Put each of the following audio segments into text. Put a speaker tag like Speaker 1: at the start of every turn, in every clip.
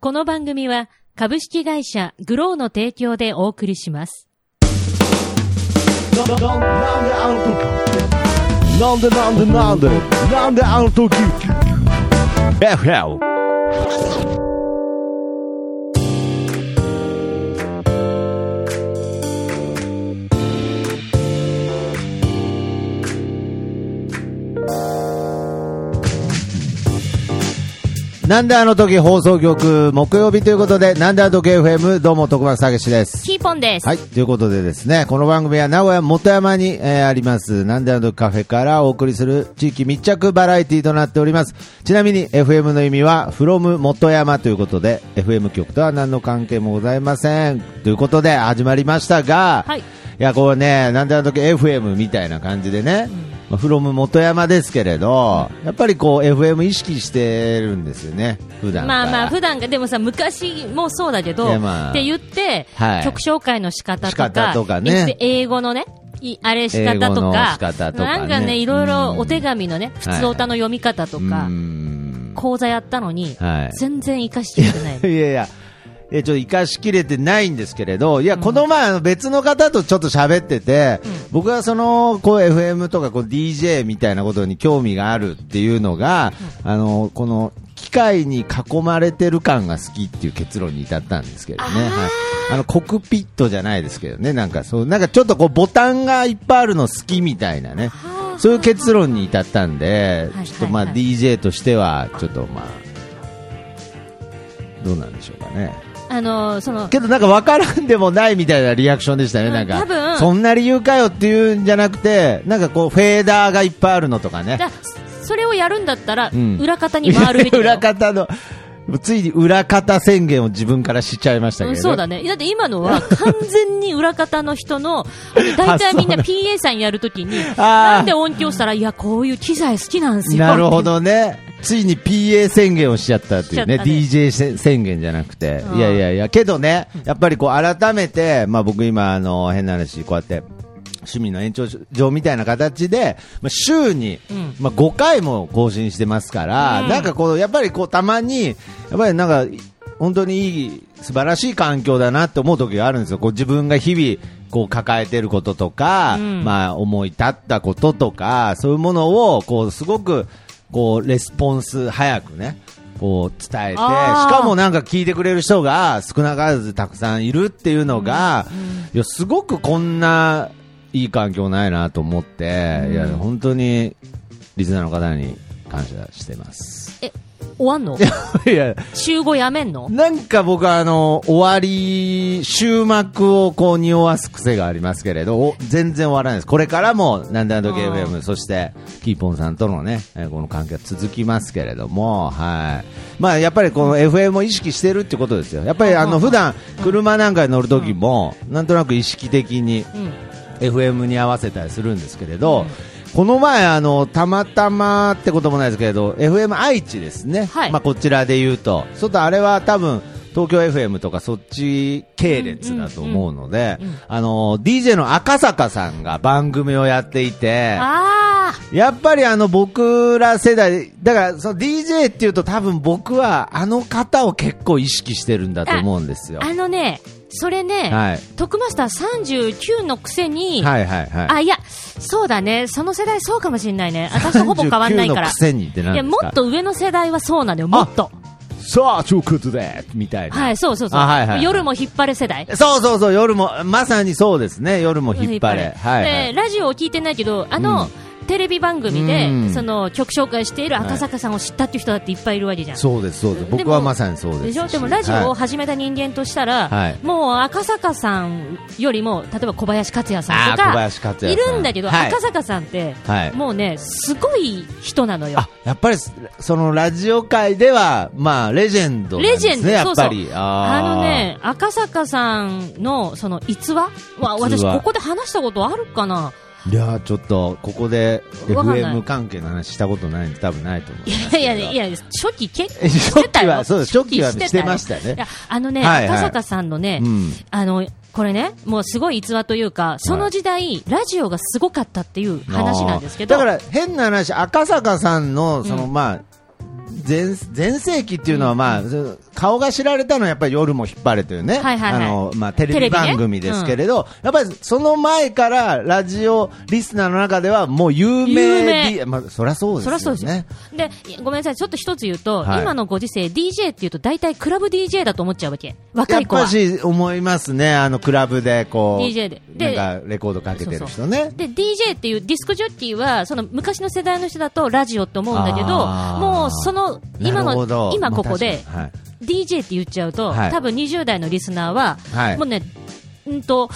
Speaker 1: この番組は株式会社グローの提供でお送りします。
Speaker 2: なんであの時なんでなんでなんでなんであの時 FL
Speaker 3: なんであの時放送局木曜日ということで、なんであの時 FM どうも徳松たけしです。
Speaker 1: キーポンです。
Speaker 3: はい、ということでですね、この番組は名古屋元山に、えーあります、なんであの時カフェからお送りする地域密着バラエティとなっております。ちなみに FM の意味は、from 元山ということで、FM 局とは何の関係もございません。ということで始まりましたが、
Speaker 1: はい
Speaker 3: や、こうね、なんであの時 FM みたいな感じでね、まあ、フロム元山ですけれど、やっぱりこう FM 意識してるんですよね、普段から。
Speaker 1: まあまあ普段がでもさ昔もそうだけど、
Speaker 3: いやまあ
Speaker 1: って言って、
Speaker 3: はい
Speaker 1: 曲紹介の仕方と
Speaker 3: 仕
Speaker 1: か
Speaker 3: 方とかね
Speaker 1: 英語のねいあれ仕方
Speaker 3: 英
Speaker 1: と
Speaker 3: 語の
Speaker 1: か
Speaker 3: 仕方とかね
Speaker 1: なんかねいろいろお手紙のね普
Speaker 3: はい
Speaker 1: 通歌の読み方とか、
Speaker 3: うん
Speaker 1: 講座やったのに、
Speaker 3: はい
Speaker 1: 全然活かしてくれない
Speaker 3: いやいや。え、ちょっと生かしきれてないんですけれど、いや、この前、あの別の方とちょっと喋ってて、僕はその、こう FM とかこう DJ みたいなことに興味があるっていうのが、あの、この、機械に囲まれてる感が好きっていう結論に至ったんですけどね。はい。あの、コクピットじゃないですけどね、なんかそう、なんかちょっとこうボタンがいっぱいあるの好きみたいなね、 そういう結論に至ったんで
Speaker 1: はい、
Speaker 3: ちょっとまあ
Speaker 1: はいはい
Speaker 3: DJ としては、ちょっとまあ、どうなんでしょうかね。
Speaker 1: あのその
Speaker 3: けどなんか分からんでもないみたいなリアクションでしたね、
Speaker 1: うん
Speaker 3: なんか。
Speaker 1: 多分
Speaker 3: そんな理由かよっていうんじゃなくて、なんかこう、フェーダーがいっぱいあるのとかね。
Speaker 1: だそれをやるんだったら、
Speaker 3: ん
Speaker 1: 裏方に回るべきだよ
Speaker 3: 裏方の、ついに裏方宣言を自分からしちゃいました
Speaker 1: う
Speaker 3: け
Speaker 1: ん、
Speaker 3: ど。
Speaker 1: そうだね。だって今のは完全に裏方の人 の、だいたいみんな PA さんやるときに、なんで音響したら、いや、こういう機材好きなんですよ。
Speaker 3: なるほ。どね。ついに PA 宣言をしちゃったっていう
Speaker 1: し
Speaker 3: ね、
Speaker 1: ちゃったね
Speaker 3: DJ せ宣言じゃなくて
Speaker 1: う。ん
Speaker 3: いやいやいや、けどね、やっぱりこう改めて、まあ僕今、あの、変な話、こうやって、趣味の延長上みたいな形で、まあ、週に、
Speaker 1: ん
Speaker 3: まあ、5回も更新してますから、なんかこう、やっぱりこう、たまに、やっぱりなんか、本当にいい、素晴らしい環境だなって思う時があるんですよ。こう自分が日々、こう抱えてることとか、
Speaker 1: ん
Speaker 3: まあ思い立ったこととか、そういうものを、こう、すごく、こう、レスポンス早くね、こう伝えて、し
Speaker 1: あー
Speaker 3: かもなんか聞いてくれる人が少なからずたくさんいるっていうのが、いや、すごくこんないい環境ないなと思って、いや、本当に、リスナーの方に感謝してます。
Speaker 1: え、終わんの
Speaker 3: いや、
Speaker 1: 週5やめんの
Speaker 3: なんか僕はあの、終わり、終幕をこう匂わす癖がありますけれど、お全然終わらないです。これからも、なんであの時
Speaker 1: あー
Speaker 3: FM、そして、キーポンさんとのね、えーこの関係は続きますけれども、はい。まあ、やっぱりこの FM を意識してるってことですよ。やっぱりあの、普段、車なんかに乗る時も、なんとなく意識的に、
Speaker 1: うん。
Speaker 3: FM に合わせたりするんですけれど、この前あの、たまたまってこともないですけれど、FM 愛知ですね、
Speaker 1: はい
Speaker 3: まあ、こちらで言うと、ちょっとあれは多分東京 FM とかそっち系列だと思うので、あの DJ の赤坂さんが番組をやっていて、
Speaker 1: あ
Speaker 3: やっぱりあの僕ら世代、だからその DJ っていうと、多分僕はあの方を結構意識してるんだと思うんです
Speaker 1: ー、
Speaker 3: よ。
Speaker 1: あのね、それね、
Speaker 3: はい
Speaker 1: 徳マスター39のくせに、
Speaker 3: はいはいはい、
Speaker 1: あ、いや、そうだね、その世代そうかもしれないね。私とほぼ変わんないか
Speaker 3: 39
Speaker 1: ら
Speaker 3: のく。せにって何
Speaker 1: い
Speaker 3: で
Speaker 1: や、
Speaker 3: す
Speaker 1: も
Speaker 3: か
Speaker 1: っと上の世代はそうなのよ、もっと。
Speaker 3: さあ、ということで、みたいな。
Speaker 1: はい、そうそうそう。
Speaker 3: あはいはい
Speaker 1: 夜も引っ張る世代。
Speaker 3: そうそうそう、夜も、まさにそうですね、夜も引っ張れ。はい、は
Speaker 1: で
Speaker 3: い。
Speaker 1: ラジオを聞いてないけど、あの、テレビ番組で、
Speaker 3: うん
Speaker 1: その曲紹介している赤坂さんを知ったっていう人だっていっぱいいるわけじゃん。
Speaker 3: そうです、そうです。僕はまさにそうです
Speaker 1: でしょでもラジオを始めた人間としたら、
Speaker 3: はい
Speaker 1: もう赤坂さんよりも例えば小林克也さんと
Speaker 3: あー小
Speaker 1: か
Speaker 3: 林克
Speaker 1: い
Speaker 3: 也さん
Speaker 1: るんだけど、
Speaker 3: はい
Speaker 1: 赤坂さんって、
Speaker 3: はい
Speaker 1: もうねすごい人なのよ
Speaker 3: あ、やっぱり、そのラジオ界では、まあ、レジェンドなん
Speaker 1: レ
Speaker 3: です
Speaker 1: ジ
Speaker 3: ね。
Speaker 1: ェンド、
Speaker 3: やっぱ
Speaker 1: そう
Speaker 3: り。
Speaker 1: そう
Speaker 3: あー
Speaker 1: のね、赤坂さんのその逸話は私、
Speaker 3: 逸話
Speaker 1: ここで話したことあるかな、
Speaker 3: いやーちょっと、ここで、
Speaker 1: わかんない
Speaker 3: FM 関係の話したことないんで、多分ないと思う。
Speaker 1: いやいやいや、初期結構
Speaker 3: え
Speaker 1: してたよ。
Speaker 3: 初期はそうです初期は
Speaker 1: たよ
Speaker 3: してましたね
Speaker 1: いやあのね、
Speaker 3: はいはい
Speaker 1: 赤坂さんのね、
Speaker 3: うん
Speaker 1: あの、これね、もうすごい逸話というか、その時代、ラジオがすごかったっていう話なんですけど、
Speaker 3: あーだから変な話、赤坂さんの、その、まあ、前、前世紀っていうのは、まあ、その顔が知られたのはやっぱり夜も引っ張れというね、
Speaker 1: はいはいはい
Speaker 3: あのまあ、テレ
Speaker 1: テレ
Speaker 3: ビ
Speaker 1: ビね
Speaker 3: 番組ですけれど、やっぱりその前からラジオリスナーの中ではもう有名
Speaker 1: 有
Speaker 3: で、まあ、そりゃそう
Speaker 1: そりゃ
Speaker 3: ですよね。
Speaker 1: そうですよでいやごめんなさい、ちょっと一つ言うと、
Speaker 3: はい
Speaker 1: 今のご時世、DJ っていうと、大体クラブ DJ だと思っちゃうわけ、若い子
Speaker 3: や
Speaker 1: は
Speaker 3: っぱ。し思いますね、あのクラブでこう、
Speaker 1: DJ でで
Speaker 3: なんかレコードかけてる人ね。
Speaker 1: で DJ っていうディスクジョッキーはその昔の世代の人だとラジオって思うんだけど
Speaker 3: あー
Speaker 1: もうその今
Speaker 3: なるほど
Speaker 1: の今ここで
Speaker 3: まあ確か
Speaker 1: DJ って言っちゃうと、
Speaker 3: はい
Speaker 1: 多分20代のリスナーは、
Speaker 3: はい
Speaker 1: もうねうんと、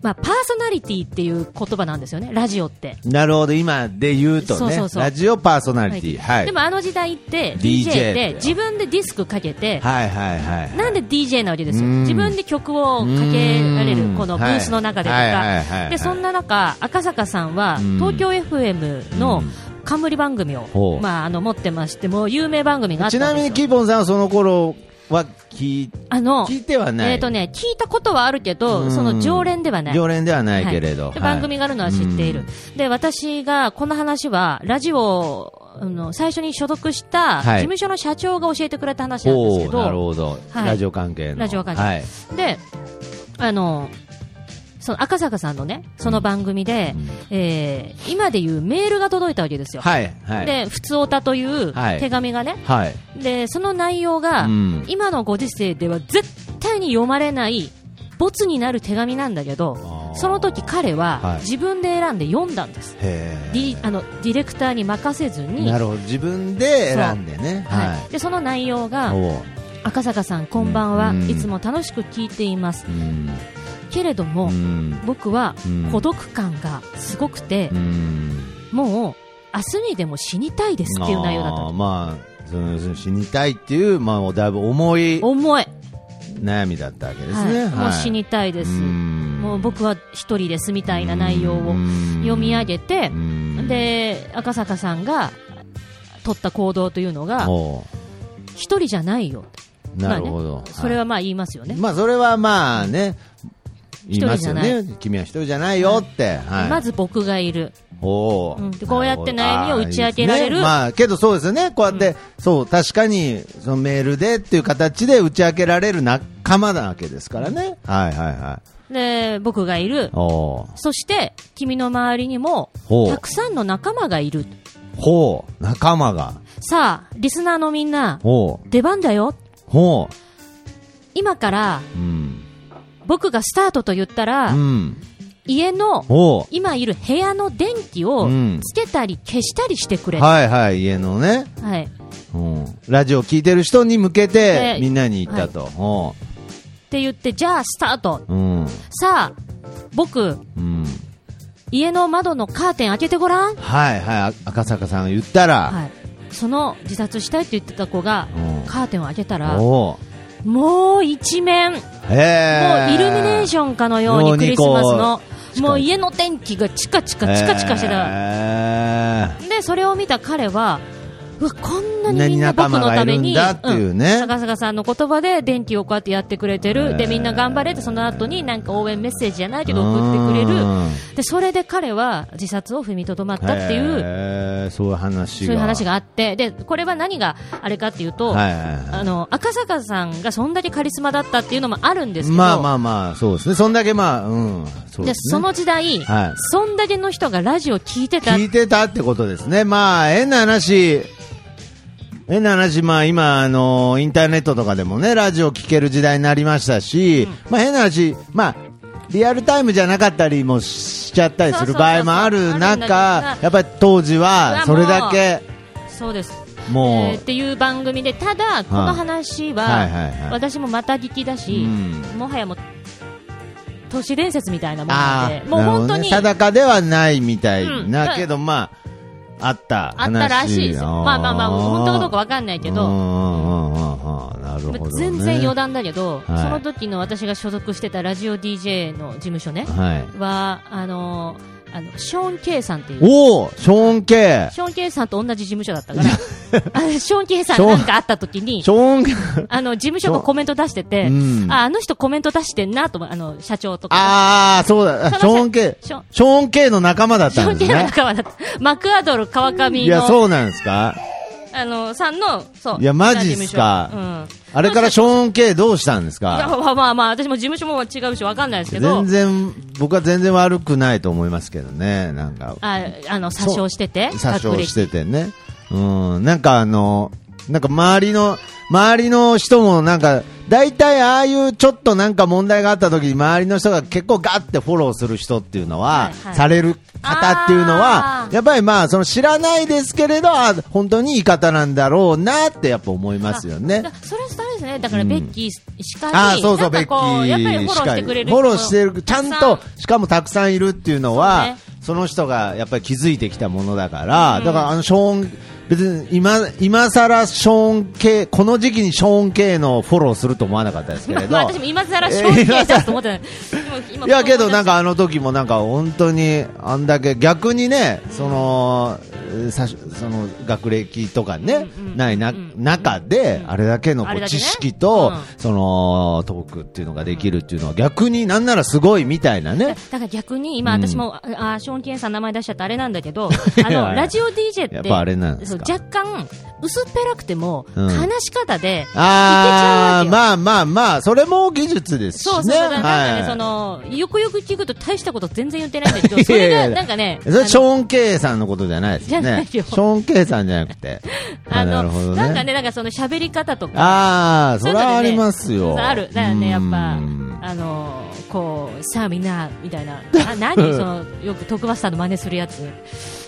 Speaker 1: まあ、パーソナリティっていう言葉なんですよねラジオって。
Speaker 3: にはいなるほど、今で言うとね
Speaker 1: そうそうそう
Speaker 3: ラジオパーソナリティ、はい、
Speaker 1: でもあの時代って
Speaker 3: DJ
Speaker 1: DJ
Speaker 3: って
Speaker 1: って自分でディスクかけて、
Speaker 3: はいはいはい、
Speaker 1: なんで DJ なわけですよ、
Speaker 3: うん
Speaker 1: 自分で曲をかけられ
Speaker 3: う
Speaker 1: る
Speaker 3: ん、
Speaker 1: このブースの中でと
Speaker 3: はいはいはいはいはい
Speaker 1: か、でそんな中、赤坂さんは
Speaker 3: うん
Speaker 1: 東京 FM の冠番組
Speaker 3: ほ
Speaker 1: を
Speaker 3: う
Speaker 1: まああの持ってまして、もう有名番組があっ
Speaker 3: ちな
Speaker 1: たん
Speaker 3: み
Speaker 1: です
Speaker 3: にキ
Speaker 1: よ。
Speaker 3: ーポンさんはその頃は聞い
Speaker 1: あの
Speaker 3: 聞いてはない
Speaker 1: えっとね、聞いたことはあるけど、その常連ではない。
Speaker 3: 常連ではない
Speaker 1: はい
Speaker 3: けれど、
Speaker 1: で番組があるのは知っている、で私がこの話はラジオあの最初に所属した事
Speaker 3: はい
Speaker 1: 務所の社長が教えてくれた話なんです
Speaker 3: ほ
Speaker 1: け
Speaker 3: う
Speaker 1: ど、
Speaker 3: なるほど、
Speaker 1: はい
Speaker 3: ラジオ関係の
Speaker 1: ラジオ関係
Speaker 3: はい
Speaker 1: で、あの、その赤坂さんのね、その番組で、えー今でいうメールが届いたわけですよ。
Speaker 3: はいはい
Speaker 1: で、普通おたという
Speaker 3: はい
Speaker 1: 手紙がね、
Speaker 3: はい
Speaker 1: で、その内容が、
Speaker 3: うん
Speaker 1: 今のご時世では絶対に読まれない、没になる手紙なんだけど
Speaker 3: あ、ー
Speaker 1: その時彼
Speaker 3: は
Speaker 1: はい自分で選んで読んだんです。
Speaker 3: へ
Speaker 1: ディあのディレクターに任せず
Speaker 3: ー
Speaker 1: に、
Speaker 3: なるほど自分で選んでね
Speaker 1: はい
Speaker 3: はい
Speaker 1: でその内容が
Speaker 3: おう
Speaker 1: 赤坂さん、こんばんは、
Speaker 3: うん
Speaker 1: いつも楽しく聞いています
Speaker 3: う、ん
Speaker 1: けれども、
Speaker 3: うん
Speaker 1: 僕は
Speaker 3: うん
Speaker 1: 孤独感がすごくて、
Speaker 3: うん
Speaker 1: もう明日にでも死にたいですっていう内容だった
Speaker 3: あー
Speaker 1: の
Speaker 3: まあそのその死にたいっていうまあだいぶ重い
Speaker 1: 重い、
Speaker 3: 悩みだったわけです
Speaker 1: はい
Speaker 3: ね、はい、
Speaker 1: もう死にたいです、も
Speaker 3: も
Speaker 1: う僕は一人ですみたいな内容を読
Speaker 3: 読
Speaker 1: み上げて、
Speaker 3: で
Speaker 1: で赤坂さんが取った行動というのが、一人じゃないよって、
Speaker 3: なるほど、
Speaker 1: まあねそれはまあ言いますよ
Speaker 3: い
Speaker 1: ね。
Speaker 3: まあそれはまあね言いますよ
Speaker 1: 一人
Speaker 3: ね君は一人じゃないよって、はい、
Speaker 1: まず僕がいる、
Speaker 3: おー
Speaker 1: うんでこうやって悩みを打ち明けられる
Speaker 3: あーいいですねまあ、けどそうですよね、こうやって、そう確かにそのメールでっていう形で打ち明けられる仲間なわけですからね、はいはいはい、
Speaker 1: で僕がいる、
Speaker 3: おー
Speaker 1: そして君の周りにも
Speaker 3: ほう
Speaker 1: たくさんの仲間がいる、
Speaker 3: ほう、仲間が、
Speaker 1: さあ、リスナーのみんな、
Speaker 3: ほう、
Speaker 1: 出番だよ、
Speaker 3: ほ
Speaker 1: 今から
Speaker 3: う、うん、
Speaker 1: 僕がスタートと言ったら、
Speaker 3: うん、
Speaker 1: 家の
Speaker 3: ほ
Speaker 1: 今いる部屋の電気を
Speaker 3: うん
Speaker 1: つけたり消したりしてく
Speaker 3: う、
Speaker 1: れ、は
Speaker 3: はいはい、家のね、
Speaker 1: い
Speaker 3: うん、ラジオ聞いてる人に向けて
Speaker 1: で
Speaker 3: みんなに言ったと、ほ
Speaker 1: って言って、じゃあスタート、
Speaker 3: う、うん、
Speaker 1: さあ、僕、
Speaker 3: うん、
Speaker 1: 家の窓のカーテン開けてごらん、
Speaker 3: はいはい、あ赤坂さんが言ったら、
Speaker 1: はい、その自殺したいって言ってた子が
Speaker 3: うん、
Speaker 1: カーテンを開けたら、
Speaker 3: おう
Speaker 1: もう一面、もう
Speaker 3: へえ、
Speaker 1: イルミネーションかのよう
Speaker 3: よう
Speaker 1: に
Speaker 3: に
Speaker 1: クリスマスの
Speaker 3: こ、
Speaker 1: もう家の電気がチカチカチカチカしてた。
Speaker 3: へー
Speaker 1: でそれを見た彼はうわこんなにみんな
Speaker 3: こん
Speaker 1: 僕
Speaker 3: なに仲間
Speaker 1: の
Speaker 3: が
Speaker 1: ため
Speaker 3: い
Speaker 1: に、
Speaker 3: るんだっていうね
Speaker 1: ん坂坂さんの言葉で電気をこうやってやってくれて
Speaker 3: えー
Speaker 1: る、でみんな頑張れって、その後になんか応援メッセージじゃないけど送ってくれ
Speaker 3: う
Speaker 1: る、
Speaker 3: ん
Speaker 1: でそれで彼は自殺を踏みとどまったっていう、
Speaker 3: へーそういう話が
Speaker 1: そういう話
Speaker 3: が
Speaker 1: があって、でこれは何があれかっていうと、
Speaker 3: はいはいはい
Speaker 1: あの赤坂さんがそんだけカリスマだったっていうのもあるんですけど、
Speaker 3: まあまあまあそうですねそんだけまあうんそう
Speaker 1: で
Speaker 3: です
Speaker 1: そ
Speaker 3: ね
Speaker 1: の時代、
Speaker 3: はい
Speaker 1: そんだけの人がラジオ聞いてたっ
Speaker 3: 聞いてたってことですねまあ変な話変な話、まあ今、あのインターネットとかでもね、ラジオ聞ける時代になりましたし、まあ変な話、まあ、リアルタイムじゃなかったりもしちゃったりする場合も
Speaker 1: そ
Speaker 3: あ
Speaker 1: うそうそうそ
Speaker 3: る
Speaker 1: うあるんだけど
Speaker 3: 中、やっぱり当時は、それだけ、
Speaker 1: そうです
Speaker 3: も
Speaker 1: えー
Speaker 3: う
Speaker 1: っ、ていう番組でただ、この話
Speaker 3: はいはいはい
Speaker 1: は私もまた聞きだし、
Speaker 3: う
Speaker 1: もはやもう都市伝説みたいなもの
Speaker 3: あ
Speaker 1: で
Speaker 3: あ、
Speaker 1: もう
Speaker 3: なるほ
Speaker 1: 本
Speaker 3: ど
Speaker 1: 当
Speaker 3: ね
Speaker 1: にあ
Speaker 3: 定かではないみたい
Speaker 1: うん
Speaker 3: な、けど、まあ、あった話。
Speaker 1: ったらしいですよ、まあまあまあ本当かどうか
Speaker 3: わ
Speaker 1: わかんないけ
Speaker 3: うんう
Speaker 1: ど、
Speaker 3: んうんうんなるほど、ね。
Speaker 1: 全然余談だけど、
Speaker 3: はい
Speaker 1: その時の私が所属してたラジオ DJ の事務所ね、
Speaker 3: はい。
Speaker 1: はあのーあのショーン・ケイさんっていう。
Speaker 3: おお、ショーン・ケ
Speaker 1: ショーン・ケイさんと同じ事務所だった から、あのショーン・ケイさんがなんかあった時
Speaker 3: イ。
Speaker 1: に
Speaker 3: シ、ョーンケイ、
Speaker 1: あの、事務所がコメント出してて、
Speaker 3: うん
Speaker 1: あ、あの人コメント出してんなと思う、あの、社長とか。
Speaker 3: ああ、そうだ、シ
Speaker 1: その
Speaker 3: ョーン・ケイ、
Speaker 1: シ
Speaker 3: シ
Speaker 1: ョ
Speaker 3: ョーン・ケイの仲間だっ
Speaker 1: シ
Speaker 3: た
Speaker 1: ョ
Speaker 3: ん
Speaker 1: ン
Speaker 3: です
Speaker 1: 系の
Speaker 3: ね。
Speaker 1: 仲間だった。マクアドル川上の。
Speaker 3: いや、そうなんですか
Speaker 1: あの、さんの、そう。
Speaker 3: いやマジっすか
Speaker 1: うん。
Speaker 3: あれからショーン・ケイどうしたんです
Speaker 1: いや、
Speaker 3: か
Speaker 1: まあまあまあ、私も事務所も違うし、わかんないですけど
Speaker 3: 全、然、僕は全然悪くないと思いますけどね、なんか。
Speaker 1: ああの、詐称してて、
Speaker 3: 殺傷して
Speaker 1: 学
Speaker 3: てね。うん、なんかあの、なんか周りの、周りの人もなんか、大体ああいうちょっとなんか問題があった時に周りの人が結構ガッてフォローする人っていうのは、
Speaker 1: はいはい
Speaker 3: される方っていうのは
Speaker 1: あ、ー
Speaker 3: やっぱりまあ、その知らないですけれど、あ本当にいい方なんだろうなってやっぱ思いますよね
Speaker 1: 歴だ。それそれですね。だから、ベッキーしかり、
Speaker 3: ああ、そうそう、ベ
Speaker 1: なん
Speaker 3: ッキ
Speaker 1: かこう
Speaker 3: ー
Speaker 1: やっぱりフォローしてくれる
Speaker 3: フ
Speaker 1: 人
Speaker 3: ォ
Speaker 1: も
Speaker 3: ローしてる、ちゃん
Speaker 1: たくさ
Speaker 3: と、しかもたくさんいるっていうのは、
Speaker 1: そうね
Speaker 3: その人がやっぱり気づいてきたものだから、だからあの、ショーン、別に今、今さらショーン系、この時期にショーン系のフォローすると思わなかったですけれど。
Speaker 1: まあ、私も今更正直 出すと思ってない。今
Speaker 3: いやけどなん
Speaker 1: か、
Speaker 3: かあの時もなんか本当にあんだけ逆にねそのさしその学歴とかね
Speaker 1: うんうん
Speaker 3: ないな中であれだけのこ
Speaker 1: あれ
Speaker 3: う
Speaker 1: だけ
Speaker 3: 知
Speaker 1: ね
Speaker 3: 識
Speaker 1: う
Speaker 3: と
Speaker 1: ん
Speaker 3: そのトークっていうのができるっていうのは逆になんならすごいみたいなね
Speaker 1: だから逆に今、私も、ああショーン・ケンさん名前出しちゃってあれなんだけ ど、あ
Speaker 3: や
Speaker 1: のラジオ DJ って
Speaker 3: やっぱあれなんです
Speaker 1: そう
Speaker 3: か
Speaker 1: 若干、薄っぺらくても、
Speaker 3: うん
Speaker 1: 話し方で、いけちゃ
Speaker 3: あ
Speaker 1: うわけよ。
Speaker 3: ーまあまあまあそれも技術ですしね
Speaker 1: そうそうそう、なんかね、
Speaker 3: はい
Speaker 1: その、よくよく聞くと大したこと全然言ってないんだけど、それ
Speaker 3: いや
Speaker 1: が
Speaker 3: いや
Speaker 1: なんかね、
Speaker 3: それショ
Speaker 1: あの
Speaker 3: ーン・ケイさんのことじゃないですよ
Speaker 1: じゃない
Speaker 3: ね
Speaker 1: よ
Speaker 3: ショーン・ケイさんじゃなくて
Speaker 1: あ
Speaker 3: なるほ
Speaker 1: の
Speaker 3: ど
Speaker 1: なんかね、なんかその喋り方とか、
Speaker 3: ああ、そ
Speaker 1: そうい
Speaker 3: れ
Speaker 1: うのでね
Speaker 3: はありますよ。
Speaker 1: ある。だよね、やっぱ
Speaker 3: うん、
Speaker 1: あの、こう、さあみんな、みたいな。あ、何その、よく特バスターの真似するやつ。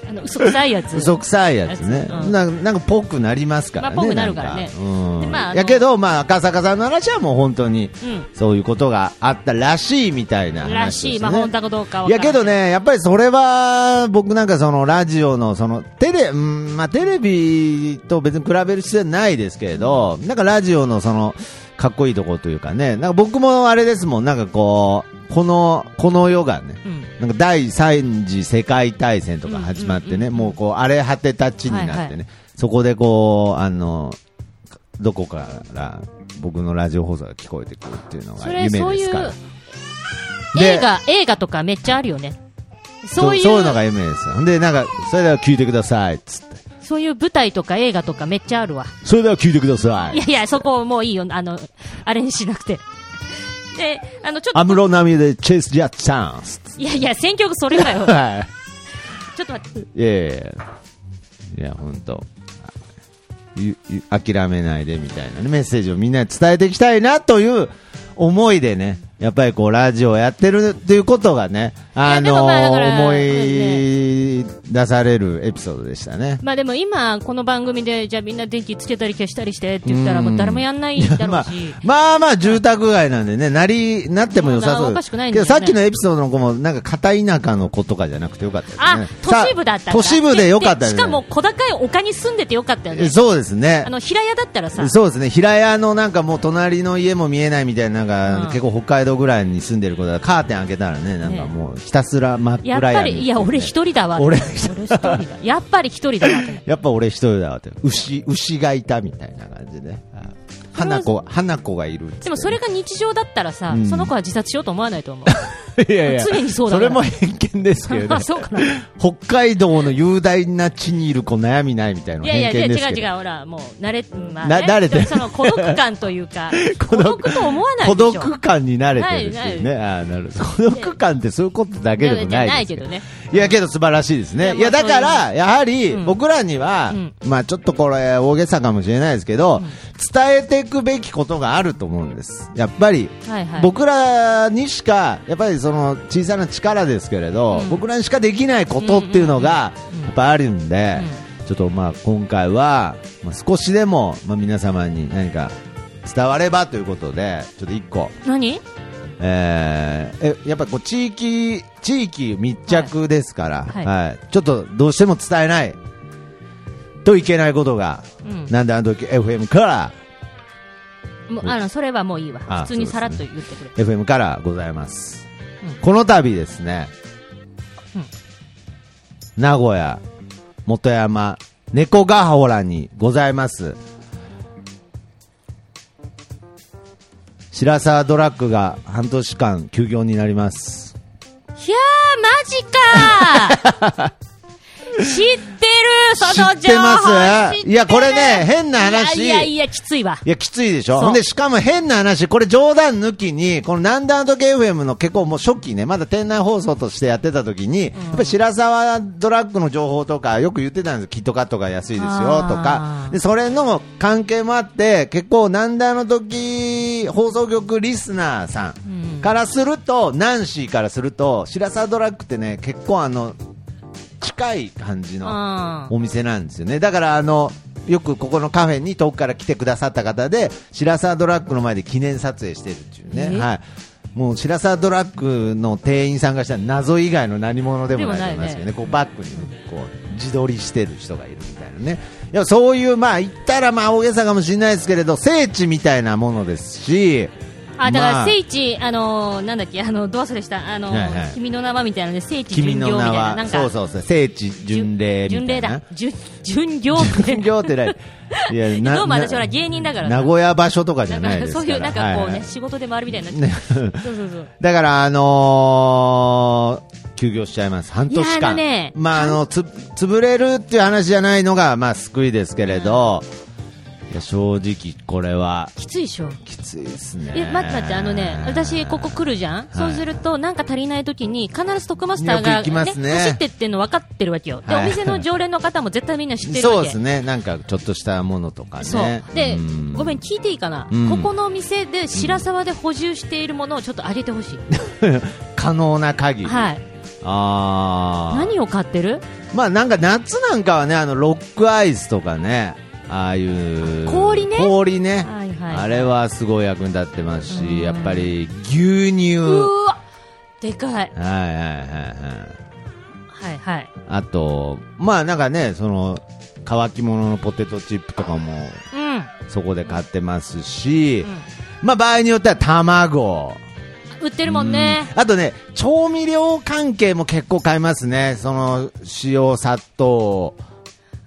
Speaker 1: あの、嘘くさいやつ。
Speaker 3: 嘘くさいやつね。
Speaker 1: うん
Speaker 3: なんか、なんかぽくなりますからね。
Speaker 1: まあぽくなるからね
Speaker 3: んかうん
Speaker 1: でまああの
Speaker 3: やけど、まあ、赤坂さんの話はもう本当に、
Speaker 1: うん
Speaker 3: そういうことがあったらしいみたいな話です、ね。
Speaker 1: らしい。まあ、本当かどうかはい
Speaker 3: やけど。ね、やっぱりそれは、僕なんかそのラジオの、その、テレ、うんまあテレビと別に比べる必要はないですけれど、なんかラジオのその、かっこいいところというかね、なんか僕もあれですもん、なんかこう、この、この世がね、
Speaker 1: うん
Speaker 3: なんか第三次世界大戦とか始まってね、もうこう、荒れ果てた地になってね、
Speaker 1: はいは
Speaker 3: そこでこう、あの、どこから僕のラジオ放送が聞こえてくるっていうのが
Speaker 1: そ
Speaker 3: 夢
Speaker 1: れ、
Speaker 3: です
Speaker 1: そう
Speaker 3: か
Speaker 1: い
Speaker 3: ら
Speaker 1: う。、
Speaker 3: で
Speaker 1: 映画、映画とかめっちゃあるよね。
Speaker 3: そ
Speaker 1: そううい
Speaker 3: そういうの
Speaker 1: う、
Speaker 3: が夢ですよ。ほんで、なんか、それでは聞いてくださいっつって。
Speaker 1: そういう舞台とか映画とかめっちゃあるわ。
Speaker 3: それでは聞いてくださ
Speaker 1: い
Speaker 3: い
Speaker 1: や。いや、そこもういいよ。あの、あれにしなくて。で、あの、ちょ
Speaker 3: 安
Speaker 1: っと、
Speaker 3: 室奈美恵でチェイス・ジャッチ・チャンス。
Speaker 1: いやいや、選曲それかよ。
Speaker 3: は
Speaker 1: ちょっと待って。
Speaker 3: い。いやいやいや。いや、ほんと。ゆゆ諦めないでみたいなね、メッセージをみんなに伝えていきたいなという思いでね、やっぱりこう、ラジオをやってるっていうことがね、あ
Speaker 1: でも
Speaker 3: の
Speaker 1: まあだから
Speaker 3: 思い出されるエピソードでしたね。
Speaker 1: まあでも今、この番組で、じゃあみんな電気つけたり消したりしてって言ったら、
Speaker 3: うん
Speaker 1: もう誰もやんないだろうし、
Speaker 3: まあまあ住宅街なんでね、なり、なっても良さ
Speaker 1: そう
Speaker 3: そう
Speaker 1: だおかしくないん
Speaker 3: け
Speaker 1: だ
Speaker 3: ど
Speaker 1: よね
Speaker 3: さっきのエピソードの子も、なんか片田舎の子とかじゃなくてよかったですね。
Speaker 1: あ、都市部だったん
Speaker 3: さ
Speaker 1: だ
Speaker 3: 都市部でよかったです
Speaker 1: し
Speaker 3: ね。
Speaker 1: かも小高い丘に住んでてよかったよ
Speaker 3: え、
Speaker 1: ね。
Speaker 3: そうですね
Speaker 1: あ。の、平屋だったらさ、
Speaker 3: そうですね。平屋のなんかもう隣の家も見えないみたいな、なん
Speaker 1: うん
Speaker 3: か結構北海道ぐらいに住んでる子だから、カーテン開けたらね、なんかもうひたすら真っ暗
Speaker 1: やっ
Speaker 3: 闇
Speaker 1: ぱり、いや、俺一人だわ。
Speaker 3: 俺
Speaker 1: 一人だ。 やっぱり一人だわ。
Speaker 3: やっぱ俺一人だわって。牛、牛がいたみたいな感じでね。あ花子、花子がいるっつって
Speaker 1: でもそれが日常だったらさ、
Speaker 3: ん
Speaker 1: その子は自殺しようと思わないと思う。
Speaker 3: いやいや
Speaker 1: 常にそうだから
Speaker 3: それも偏見ですけどね
Speaker 1: あそうかな
Speaker 3: 北海道の雄大な地にいる子悩みないみたいないの
Speaker 1: やいや、違
Speaker 3: 偏見
Speaker 1: う
Speaker 3: ですけど
Speaker 1: 違う、ほら、もう、慣れ、ま
Speaker 3: な
Speaker 1: ね
Speaker 3: 慣れてる
Speaker 1: その孤独感というか、孤独と思わない
Speaker 3: 孤
Speaker 1: でしょ。
Speaker 3: 独感に慣れてるっていうね。あーなるほど孤独感ってそういうことだけでもないで
Speaker 1: い
Speaker 3: す
Speaker 1: やいやないけ
Speaker 3: いや、けど素晴らしいです
Speaker 1: い
Speaker 3: ね。
Speaker 1: や
Speaker 3: いや、
Speaker 1: まあ
Speaker 3: だから、やはり、
Speaker 1: ん
Speaker 3: 僕らには
Speaker 1: ん、
Speaker 3: まあちょっとこれ、大げさかもしれないですけど、伝えていくべきことがあると思うんです。やっぱり、
Speaker 1: はいはい。
Speaker 3: 僕らにしか、やっぱりその小さな力ですけれど、
Speaker 1: うん
Speaker 3: 僕らにしかできないことっていうのが
Speaker 1: うんうんうんうん
Speaker 3: やっぱあるんで、
Speaker 1: う
Speaker 3: ちょっとまあ今回は、まあ、少しでも、まあ、皆様に何か伝わればということで、ちょっと一個、
Speaker 1: 何
Speaker 3: えーえやっぱこう地域、地域密着ですから、は
Speaker 1: はいい
Speaker 3: ちょっとどうしても伝えないといけないことが、
Speaker 1: うん
Speaker 3: なんであの時 FM から、
Speaker 1: もうあのそれはもういいわ
Speaker 3: あ
Speaker 1: 普通にさらっと言ってくれ、
Speaker 3: FM からございます、
Speaker 1: うん
Speaker 3: この度ですね、名古屋元山猫ヶ原にございます白沢ドラッグが半年間休業になります
Speaker 1: いやーマジかー知ってその
Speaker 3: 知って
Speaker 1: 情報
Speaker 3: ま
Speaker 1: 知って
Speaker 3: す
Speaker 1: る
Speaker 3: いや、これね、変な話。
Speaker 1: いやいやいや、きついわ。
Speaker 3: いや、きついでしょ
Speaker 1: そう
Speaker 3: ほんで、しかも変な話、これ冗談抜きに、このなんだあとゲー FM の結構もう初期ね、まだ店内放送としてやってた時に、やっぱり白沢ドラッグの情報とかよく言ってたんですよ。キットカットが安いですよと
Speaker 1: あ
Speaker 3: か
Speaker 1: ー。
Speaker 3: で、それの関係もあって、結構なんだあの時放送局リスナーさんからすると、ナンシーからすると、白沢ドラッグってね、結構あの、近い感じの。
Speaker 1: う
Speaker 3: お店なんですよね。だからあのよくここのカフェに遠くから来てくださった方で白沢ドラッグの前で記念撮影してるっていうね、
Speaker 1: え
Speaker 3: はい、もう白沢ドラッグの店員さんがしたら謎以外の何者でもないと思いますよね
Speaker 1: で
Speaker 3: こうバッグにこう自撮りしてる人がいるみたいなねいやそういうまあ言ったらまあ大げさかもしれないですけれど聖地みたいなものですし
Speaker 1: あ、だか
Speaker 3: ま
Speaker 1: ら、
Speaker 3: あ
Speaker 1: 聖地、あのー、なんだっけ、あの、ど忘れした、あのー、
Speaker 3: はいはい
Speaker 1: 君の名はみたいなね、聖地
Speaker 3: 君
Speaker 1: 巡業
Speaker 3: の
Speaker 1: みたい
Speaker 3: 名
Speaker 1: な、な
Speaker 3: は
Speaker 1: んか、
Speaker 3: そうそうそう聖地巡礼み
Speaker 1: 巡
Speaker 3: た
Speaker 1: 礼
Speaker 3: いな
Speaker 1: だ。巡、巡業って。
Speaker 3: 巡業ってないいや な
Speaker 1: どうも私、
Speaker 3: な
Speaker 1: ほら、芸人だから。
Speaker 3: 名古屋場所とかじゃ
Speaker 1: な
Speaker 3: なんい
Speaker 1: か
Speaker 3: です
Speaker 1: そ
Speaker 3: か
Speaker 1: う
Speaker 3: ら
Speaker 1: いう、なんかこうね、
Speaker 3: はいはい
Speaker 1: 仕事で回るみたいになっちゃう。そうそうそう。
Speaker 3: だから、あのー休業しちゃいます、半年
Speaker 1: いやあ
Speaker 3: 間、
Speaker 1: のね
Speaker 3: まああのつ潰れるっていう話じゃないのが、まあ、救いですけれど、いや正直、これは
Speaker 1: きついでしょ。
Speaker 3: きついですね。
Speaker 1: え、待って待って、あのね、私、ここ来るじゃん、そうすると、なんか足りない時に、必ずトックマスター
Speaker 3: よ
Speaker 1: が、
Speaker 3: く行きますね
Speaker 1: 走ってってんの分かってるわけよ。で、
Speaker 3: はい
Speaker 1: お店の常連の方も絶対みんな知ってる
Speaker 3: そ
Speaker 1: わ
Speaker 3: う
Speaker 1: け。
Speaker 3: ですね、なんかちょっとしたものとかね。
Speaker 1: そうで
Speaker 3: ん
Speaker 1: ごめん、聞いていいかな、
Speaker 3: うん
Speaker 1: ここのお店で白沢で補充しているものをちょっと上げてほしい、
Speaker 3: 可能な限り、
Speaker 1: はい、
Speaker 3: あー
Speaker 1: 何を買ってる
Speaker 3: まあなんか夏なんかはねあのロックアイスとかねああいう
Speaker 1: 氷ね
Speaker 3: 氷ね、
Speaker 1: はいはい
Speaker 3: あれはすごい役に立ってます
Speaker 1: うん
Speaker 3: しやっぱり牛乳
Speaker 1: う
Speaker 3: は
Speaker 1: ーわでかい
Speaker 3: いはいはいはい
Speaker 1: はいはい
Speaker 3: あとまあなんかねその乾き物のポテトチップとかも
Speaker 1: うん、うん、
Speaker 3: そこで買ってますし、まあ場合によっては卵
Speaker 1: 売ってるもんね
Speaker 3: うんあとね、調味料関係も結構買いますね。その、塩、砂糖、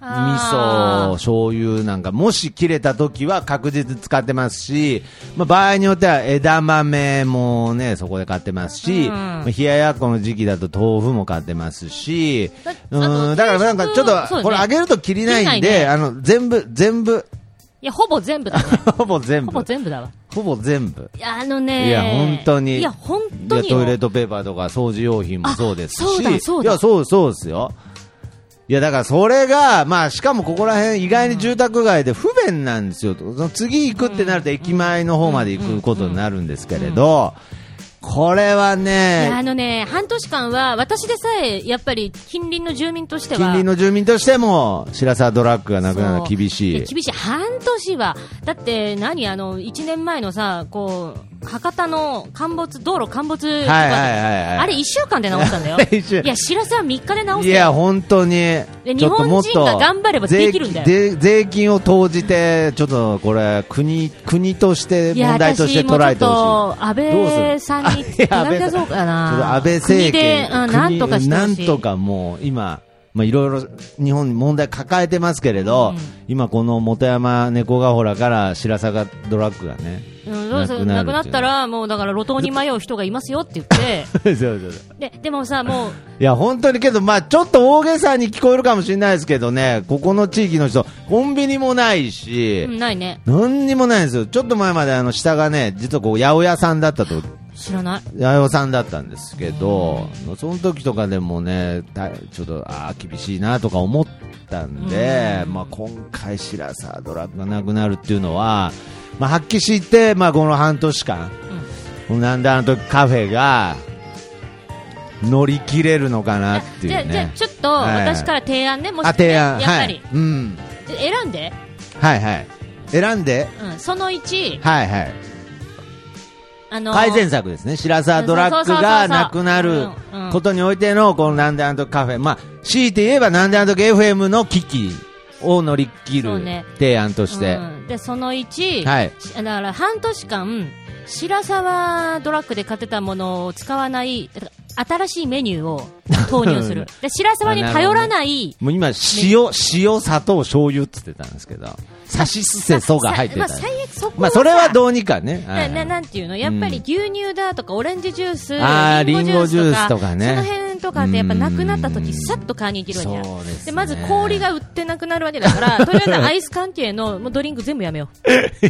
Speaker 3: 味噌、
Speaker 1: あー
Speaker 3: 醤油なんか、もし切れた時は確実に使ってますし、まあ、場合によっては枝豆もね、そこで買ってますし、
Speaker 1: うん
Speaker 3: まあ冷ややっこの時期だと豆腐も買ってますし
Speaker 1: だ、
Speaker 3: う
Speaker 1: あの
Speaker 3: ん、だからなんかちょっ
Speaker 1: そう
Speaker 3: と、
Speaker 1: ね
Speaker 3: これあげると切りないん
Speaker 1: 切
Speaker 3: で、
Speaker 1: りな
Speaker 3: あの、全部、全部、
Speaker 1: いやほぼ全部だね
Speaker 3: ほぼ全
Speaker 1: ほ
Speaker 3: 部、
Speaker 1: ぼ全部だわ
Speaker 3: ほぼ全部。
Speaker 1: いやあのね
Speaker 3: いや本当に
Speaker 1: いや本当に
Speaker 3: いやトイレッ
Speaker 1: よ
Speaker 3: トペーパーとか掃除用品もそうですし
Speaker 1: あそうだそうだ
Speaker 3: いやそうそうですよいやだからそれが、まあ、しかもここら辺意外に住宅街で不便なんですよ、その次行くってなると駅前の方まで行くことになるんですけれど、これは
Speaker 1: や
Speaker 3: い
Speaker 1: あ
Speaker 3: ね
Speaker 1: のね半年間は私でさえやっぱり近隣の住民としては
Speaker 3: 近隣の住民としても白沢ドラッグがなくなるのは厳
Speaker 1: い
Speaker 3: し
Speaker 1: や
Speaker 3: い
Speaker 1: 厳しい半年はだって何あの1年前のさこう博多の陥没道路陥没とか
Speaker 3: はいはいはいはい
Speaker 1: あれ1週間で直したんだよ
Speaker 3: 一週
Speaker 1: いや知らせは3日で直
Speaker 3: い
Speaker 1: す
Speaker 3: や
Speaker 1: よ
Speaker 3: 本当に
Speaker 1: で
Speaker 3: ちょっともっ
Speaker 1: 日
Speaker 3: と
Speaker 1: 本人が頑張ればできるんだよ
Speaker 3: 税税税金を投じてちょっとこれ国国として
Speaker 1: いや
Speaker 3: 問題として
Speaker 1: 私も
Speaker 3: 捉えて
Speaker 1: ち
Speaker 3: ほしい
Speaker 1: ょっと安
Speaker 3: どうす
Speaker 1: 倍
Speaker 3: る
Speaker 1: さんに
Speaker 3: あい
Speaker 1: 手
Speaker 3: や
Speaker 1: 紙出そうかな
Speaker 3: ちょっと安倍政権、
Speaker 1: 国で、うん、
Speaker 3: 国
Speaker 1: なんとかしてほしい
Speaker 3: なんとかもう今、まあ、いろいろ日本に問題抱えてますけれど、
Speaker 1: うん
Speaker 3: 今、この本山猫がほらから白坂ドラッグがね、
Speaker 1: うんどうせ
Speaker 3: なくな
Speaker 1: な
Speaker 3: る
Speaker 1: くなったらもうだから路頭に迷う人がいますよって言って
Speaker 3: そうそうそう
Speaker 1: ででもさもう
Speaker 3: いや本当にけど、まあ、ちょっと大げさに聞こえるかもしれないですけどね、ここの地域の人、コンビニもないし、
Speaker 1: うんないね
Speaker 3: 何にもないんですよ、ちょっと前まであの下がね、実はこう八百屋さんだったと
Speaker 1: 知らない
Speaker 3: 八百さんだったんですけど、その時とかでもね、たちょっとあー厳しいなとか思ったんで、まあ、今回、白沢ドラッグがなくなるっていうのは、まあ、発揮して、まあ、この半年間、このなんだあの時カフェが乗り切れるのかなっていう
Speaker 1: じゃあ、
Speaker 3: ね。
Speaker 1: じゃあちょっと
Speaker 3: はい
Speaker 1: 私から提案ね、もし、ね、
Speaker 3: あ提
Speaker 1: や
Speaker 3: 案
Speaker 1: っぱ
Speaker 3: は
Speaker 1: り、
Speaker 3: い、うん、
Speaker 1: で選んで、
Speaker 3: はいはい選んで、
Speaker 1: うん、その1、
Speaker 3: はいはい、
Speaker 1: あのー
Speaker 3: 改善策ですね、白沢ドラッグがなくな
Speaker 1: そう
Speaker 3: る
Speaker 1: そうそうそう
Speaker 3: ことにおいての、このなんであんとカフェ、まあ、強いて言えばなんであんと FM の危機を乗り切
Speaker 1: そう
Speaker 3: る
Speaker 1: ね
Speaker 3: 提案として、
Speaker 1: うん、でその1、
Speaker 3: はい
Speaker 1: しだから半年間、白沢ドラッグで買ってたものを使わない、だから新しいメニューを投入す る、で白沢に頼らない、
Speaker 3: もう今、塩、塩、砂糖、醤油って言ってたんですけど、さしすせそが入ってた
Speaker 1: まあ、最悪そこは
Speaker 3: まあ、それはどうにかね。は
Speaker 1: ないななんていうのやっぱり牛乳だとかオレンジジュース、
Speaker 3: あー
Speaker 1: リンゴジュースとか
Speaker 3: リンゴジ
Speaker 1: そ
Speaker 3: ュースとかね
Speaker 1: の辺とかってやっぱなくなった時さっと買いに行けるわけや、
Speaker 3: そうですね
Speaker 1: でまず氷が売ってなくなるわけだから とりあえずアイス関係のもうドリンク全部やめよ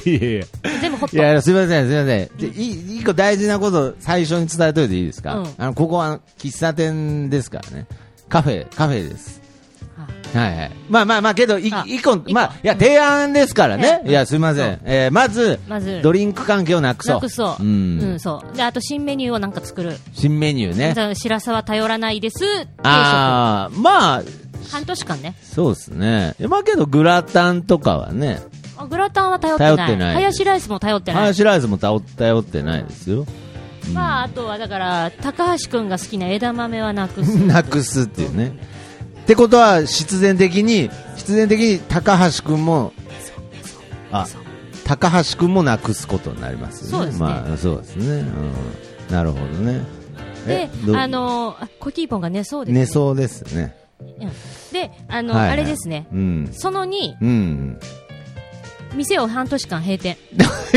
Speaker 3: いやいや。
Speaker 1: う全部ホ
Speaker 3: い
Speaker 1: ッ
Speaker 3: や、すみません、すみません。で、いい、一個大事なこと、最初に伝えといていいですか、
Speaker 1: うん
Speaker 3: あの、ここはあの喫茶店ですからね。カフェ、カフェです。はいはい。まあまあまあ、けど、い
Speaker 1: あ
Speaker 3: 一個、
Speaker 1: 個
Speaker 3: まあ、いや、提案ですからね。
Speaker 1: うん
Speaker 3: いや、すみません。えーまず、
Speaker 1: まず
Speaker 3: ドリンク関係をな
Speaker 1: ト
Speaker 3: くそう。
Speaker 1: なくそう
Speaker 3: う
Speaker 1: うん、
Speaker 3: ん。
Speaker 1: そうであと新メニューをなんか作る
Speaker 3: 新メニューね。
Speaker 1: 白沢頼らないです定食半
Speaker 3: ああ、まあ、
Speaker 1: 年間ね
Speaker 3: そうですね。まあけど、グラタンとかはね、
Speaker 1: あグラタンは頼ってない
Speaker 3: 頼ってない
Speaker 1: ハヤシライスも頼ってない
Speaker 3: ハヤシライスも頼頼ってないですよ。
Speaker 1: まあ、あとはだから高橋君が好きな枝豆はなくす
Speaker 3: なくすっていうね。ってことは必然的に必然的に高橋君もあ高橋君もなくすことになりますよ
Speaker 1: そう
Speaker 3: ね。
Speaker 1: ですね
Speaker 3: まあそうですね。うん、なるほどね。
Speaker 1: で
Speaker 3: えど
Speaker 1: あのーあコキーポンが寝そうです、ね、
Speaker 3: 寝そうですね。
Speaker 1: うんであの、
Speaker 3: はいはい
Speaker 1: あれですね
Speaker 3: うん
Speaker 1: その2
Speaker 3: うん。
Speaker 1: 店を半年間閉店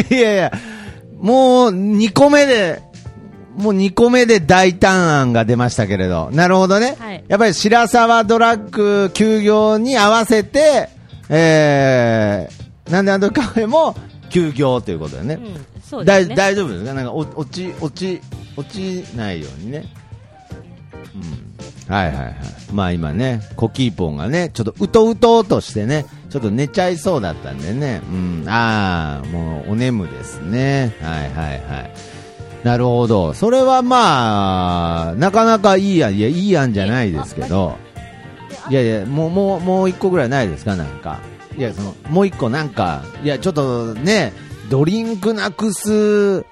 Speaker 3: いやいやもう2個目で。もう2個目で大胆案が出ましたけれど。なるほどね。
Speaker 1: はい
Speaker 3: やっぱり白沢ドラッグ休業に合わせて、えー、なんであのカフェも休業ということだよね。
Speaker 1: うんそうで
Speaker 3: だ
Speaker 1: す
Speaker 3: い
Speaker 1: ね
Speaker 3: 大丈夫ですかなんかお落ち、落ち、落ちないようにね。うん。はいはいはい。まあ今ね、コキーポンがね、ちょっとうとうとうとしてね、ちょっと寝ちゃいそうだったんでね。うん。ああ、もうお眠ですね。はいはいはい。なるほど。それはまあ、なかなかいい案、いや、いい案じゃないですけど。いやいや、もう、もう、もう一個ぐらいないですかなんか。いや、その、もう一個なんか、いや、ちょっとね、ドリンクなくす、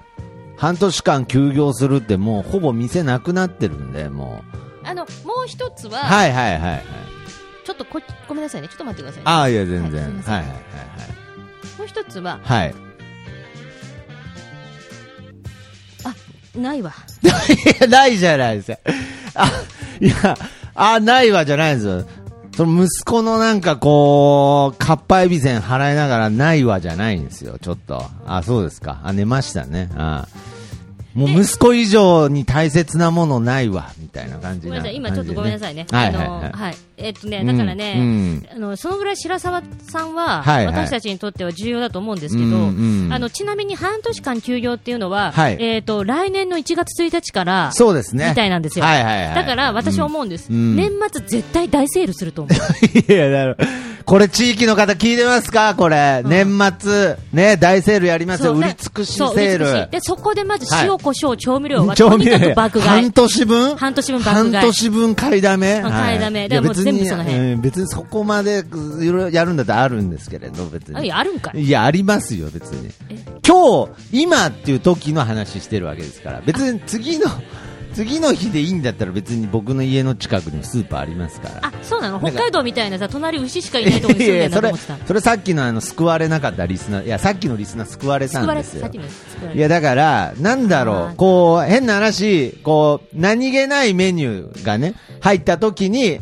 Speaker 3: 半年間休業するってもうほぼ店なくなってるんで、もう。
Speaker 1: あのもう一つは、
Speaker 3: はいはいはいはい。
Speaker 1: ちょっとこごめんなさいねちょっと待ってくださいね、
Speaker 3: ああ、いや、全
Speaker 1: はいすい
Speaker 3: 然。
Speaker 1: ません
Speaker 3: はいはい
Speaker 1: もう一つは
Speaker 3: はいはい。はい。
Speaker 1: ないわ
Speaker 3: いや、ないじゃないですか。あ、いや、あ、ないわじゃないんですよ。その息子のなんかこう、かっぱえびせん払いながらないわじゃないんですよ、ちょっと。あ、そうですか。あ、寝ましたね。あもう息子以上に大切なものないわ、みたいな感じ
Speaker 1: ごめん
Speaker 3: な
Speaker 1: なさい今ちょっとごめんなさいね、
Speaker 3: はい
Speaker 1: あ
Speaker 3: はい
Speaker 1: の
Speaker 3: はい。
Speaker 1: はいえっとねだからね、
Speaker 3: うんうん
Speaker 1: あのそのぐらい白沢さんは、
Speaker 3: はいはい
Speaker 1: 私たちにとっては重要だと思うんですけど、
Speaker 3: うんうん
Speaker 1: あのちなみに半年間休業っていうのは、
Speaker 3: はい
Speaker 1: えっと来年の1月1日から
Speaker 3: そうですね。
Speaker 1: みたいなんですよ、
Speaker 3: はいはいはい。
Speaker 1: だから私は思うんです、
Speaker 3: うん
Speaker 1: 年末絶対大セールすると思う
Speaker 3: いや、だからこれ地域の方聞いてますかこれ、年末、ね、大セールや りますよ。
Speaker 1: そう
Speaker 3: 売
Speaker 1: だ
Speaker 3: り尽くしセ
Speaker 1: そう
Speaker 3: ー
Speaker 1: 売り尽くし
Speaker 3: ル。
Speaker 1: でそこでまず
Speaker 3: はい
Speaker 1: 塩、コショウ調味料は
Speaker 3: 調
Speaker 1: と
Speaker 3: 味
Speaker 1: に
Speaker 3: 料
Speaker 1: かく爆買い
Speaker 3: 半年分
Speaker 1: 半年分爆買い
Speaker 3: 半年分買いだめ
Speaker 1: うん買いだめ
Speaker 3: は
Speaker 1: だからもう全部その辺
Speaker 3: 別にうん別にそこまでうんいろいろやるんだったらあるんですけれど、別
Speaker 1: あ
Speaker 3: に。
Speaker 1: いやあるんかい
Speaker 3: いや、ありますよ、別に。今日、今っていう時の話してるわけですから、別に次の、次の日でいいんだったら別に僕の家の近くにスーパーありますから。
Speaker 1: あそうなの
Speaker 3: なん
Speaker 1: 北
Speaker 3: か
Speaker 1: 海道みたいなさ隣牛しかいないところに住んでんだと思ってた
Speaker 3: いやいやそれそれさっきのあの救われなかったリスナーいやさっきのリスナー救われた
Speaker 1: 救わ
Speaker 3: ん
Speaker 1: れ
Speaker 3: です
Speaker 1: さ
Speaker 3: よ
Speaker 1: っきの救わ
Speaker 3: い
Speaker 1: れ
Speaker 3: やだからなんだ
Speaker 1: あ
Speaker 3: ろ
Speaker 1: ー
Speaker 3: うこう変な話こう何気ないメニューがね入った時に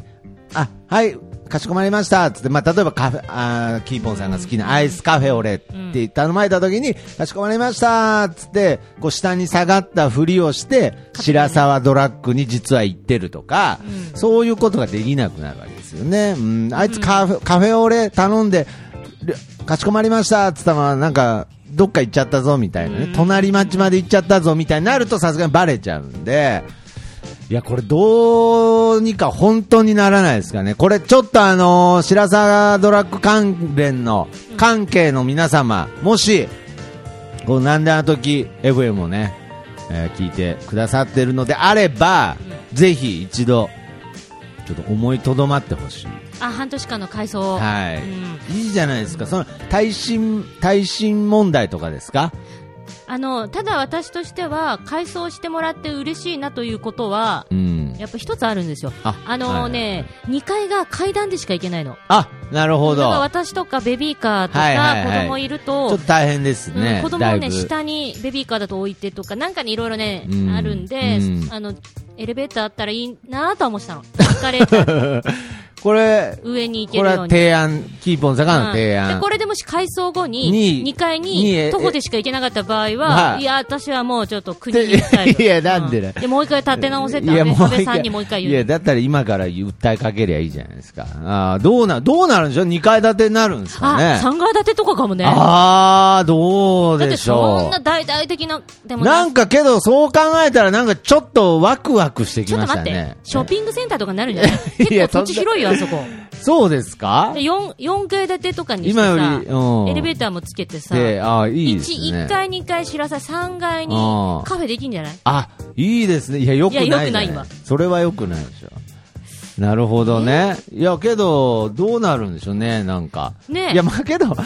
Speaker 3: あはいかしこまりましたっつって、まあ、例えばカフェあーキーポンさんが好きなアイスカフェオレって頼まれた時に、かしこまりましたっつってこう下に下がったふりをして白沢ドラッグに実は行ってるとか、そういうことができなくなるわけですよね、うん、あいつカフェ,、カフェオレ頼んでりかしこまりましたっつったままなんかどっか行っちゃったぞみたいなね、隣町まで行っちゃったぞみたいになるとさすがにバレちゃうんでいやこれどうにか本当にならないですかねこれちょっとあのー白沢ドラッグ関連の関係の皆様もしこうなんであの時 FM をね、えー聞いてくださってるのであれば、ぜひ一度ちょっと思いとどまってほしい
Speaker 1: たあ半年間の改装
Speaker 3: はい、
Speaker 1: うん
Speaker 3: いいじゃないですか、その耐震耐震問題とかですか、
Speaker 1: あのただ私としては改装してもらって嬉しいなということは
Speaker 3: うん、
Speaker 1: やっぱ一つあるんですよ
Speaker 3: あ
Speaker 1: あのね、2階が階段でしか行けないの
Speaker 3: あなるほ
Speaker 1: だ
Speaker 3: ど、
Speaker 1: から
Speaker 3: ち
Speaker 1: 私とかベビーカーとか、
Speaker 3: はいはいはい
Speaker 1: 子供いる
Speaker 3: ょ
Speaker 1: と
Speaker 3: っと大変ですね、
Speaker 1: うん子供
Speaker 3: だ
Speaker 1: を
Speaker 3: い
Speaker 1: ね
Speaker 3: ぶ
Speaker 1: 下にベビーカーだと置いてとかなんかにいろいろね、
Speaker 3: うん
Speaker 1: あるんで、
Speaker 3: うん
Speaker 1: あのエレベーターあったらいいなとは思ってたのエスカレーター
Speaker 3: これ、
Speaker 1: 上に行け
Speaker 3: こ
Speaker 1: る
Speaker 3: れ
Speaker 1: よう
Speaker 3: は
Speaker 1: に。
Speaker 3: 提案、キーポン坂
Speaker 1: う
Speaker 3: の
Speaker 1: ん
Speaker 3: 提案。
Speaker 1: でこれでもし改装後
Speaker 3: に
Speaker 1: に2階
Speaker 3: にえ
Speaker 1: に徒歩でしか行けなかった場合
Speaker 3: は
Speaker 1: は、
Speaker 3: い
Speaker 1: いや、私はもうちょっと国に行きたいと。
Speaker 3: いやなんでだ
Speaker 1: うんもう一回立て直せって
Speaker 3: いや
Speaker 1: 安倍
Speaker 3: も
Speaker 1: 安
Speaker 3: う一回
Speaker 1: 倍さんにもう一回
Speaker 3: い
Speaker 1: 言
Speaker 3: や、
Speaker 1: う。
Speaker 3: だったら今から訴えかけりゃいいじゃないですか。ああ、どうな、どうなるんでしょう ?2 階建てになるんですかね
Speaker 1: あ、。3階建てとかかもね。
Speaker 3: ああ、どう
Speaker 1: だっ
Speaker 3: で
Speaker 1: て
Speaker 3: しょ
Speaker 1: そん
Speaker 3: う
Speaker 1: な。大々的な、でも
Speaker 3: なんかけど、そう考えたら、なんかちょっとワクワクしてき
Speaker 1: ちょっ
Speaker 3: ま
Speaker 1: と
Speaker 3: し
Speaker 1: 待
Speaker 3: た
Speaker 1: って、
Speaker 3: ね。
Speaker 1: ショッピングセンターとかになるんじゃない
Speaker 3: いや
Speaker 1: 結構土地広いよ、あそこ。
Speaker 3: そうですか
Speaker 1: で 4, 4階建てとかにして
Speaker 3: 今より
Speaker 1: さ、
Speaker 3: うん
Speaker 1: エレベーターもつけてさ、
Speaker 3: で、ああ、いいですね。
Speaker 1: 一1階、2階、知らさ、3階に
Speaker 3: あー
Speaker 1: カフェできんじゃない
Speaker 3: あ、いいですね。いや、よくない,、
Speaker 1: いや良くないわ
Speaker 3: それはよくないでしょ。なるほどね。いや、けど、どうなるんでしょうね、なんか。
Speaker 1: ねえ
Speaker 3: いや、まあけど、た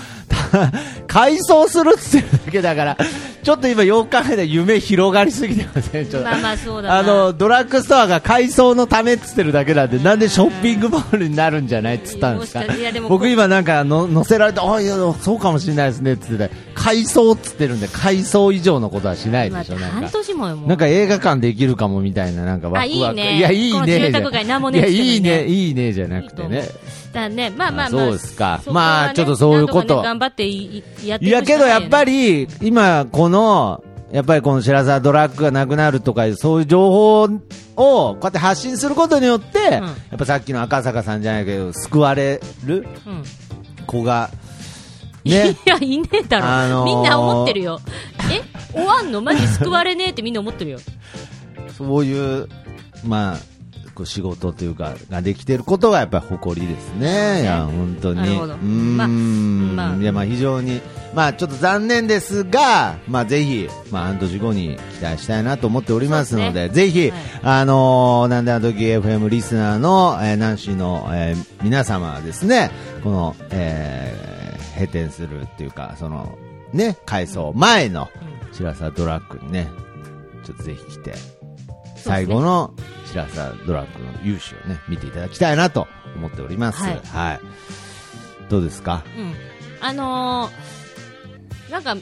Speaker 3: 改装するっつってるだけだから、ちょっと今、よく考えたら夢広がりすぎてません、ちょっと。
Speaker 1: まあまあそうだな
Speaker 3: あの、ドラッグストアが改装のためっつってるだけなんで、なんでショッピングモールになるんじゃないっつったんですか
Speaker 1: いやもしかしていやで。も
Speaker 3: 僕今なんかの、載せられて、あ、いや、そうかもしれないですねっつってて、改装っつってるんで、改装以上のことはしない
Speaker 1: ま
Speaker 3: で
Speaker 1: あ
Speaker 3: しょ、なんか。
Speaker 1: 半年もよ、もう。
Speaker 3: なんか映画館できるかもみたいな、なんかワクワ
Speaker 1: あいい
Speaker 3: ク。
Speaker 1: ね
Speaker 3: や、いい
Speaker 1: この
Speaker 3: ね。
Speaker 1: 住宅街なんもね
Speaker 3: いや、
Speaker 1: えっつってもね
Speaker 3: いいね、いいねじゃなくて
Speaker 1: いい
Speaker 3: ね
Speaker 1: と。だね、まあまあま
Speaker 3: まあ
Speaker 1: あ、
Speaker 3: そうですか
Speaker 1: そこはね
Speaker 3: まあちょっとそういう
Speaker 1: な
Speaker 3: こと
Speaker 1: んかね頑張っていいやって
Speaker 3: いや、けどやっぱ
Speaker 1: り、
Speaker 3: り、今、この、やっぱりこの白沢ドラッグがなくなるとか、そういう情報を、こうやって発信することによって、やっぱさっきの赤坂さんじゃないけど、救われる
Speaker 1: うん
Speaker 3: 子が、ね
Speaker 1: い。や、いねえだろ、
Speaker 3: あのー
Speaker 1: みんな思ってるよ。え終わんのマジ救われねえってみんな思ってるよ。
Speaker 3: そういう、まあ、こう仕事というか、ができてることがやっぱり誇りですね。いや、本当に。
Speaker 1: なるほど
Speaker 3: うーん。
Speaker 1: まあまあ
Speaker 3: いや、まあ非常に、まあちょっと残念ですが、まあぜひ、まあ半年後に期待したいなと思っておりますの
Speaker 1: そう
Speaker 3: で、
Speaker 1: で
Speaker 3: ぜひ、
Speaker 1: はい
Speaker 3: あのーなんであの時 FM リスナーの、えー、ナンシーの、えー皆様はですね、この、えー閉店するっていうか、その、ね、改装前の白沢ドラッグにね、ちょっとぜひ来て、最後の白沢ドラッグの勇姿をね、見ていただきたいなと思っております。は。
Speaker 1: はいい
Speaker 3: どうですか
Speaker 1: うん、あのーなんか、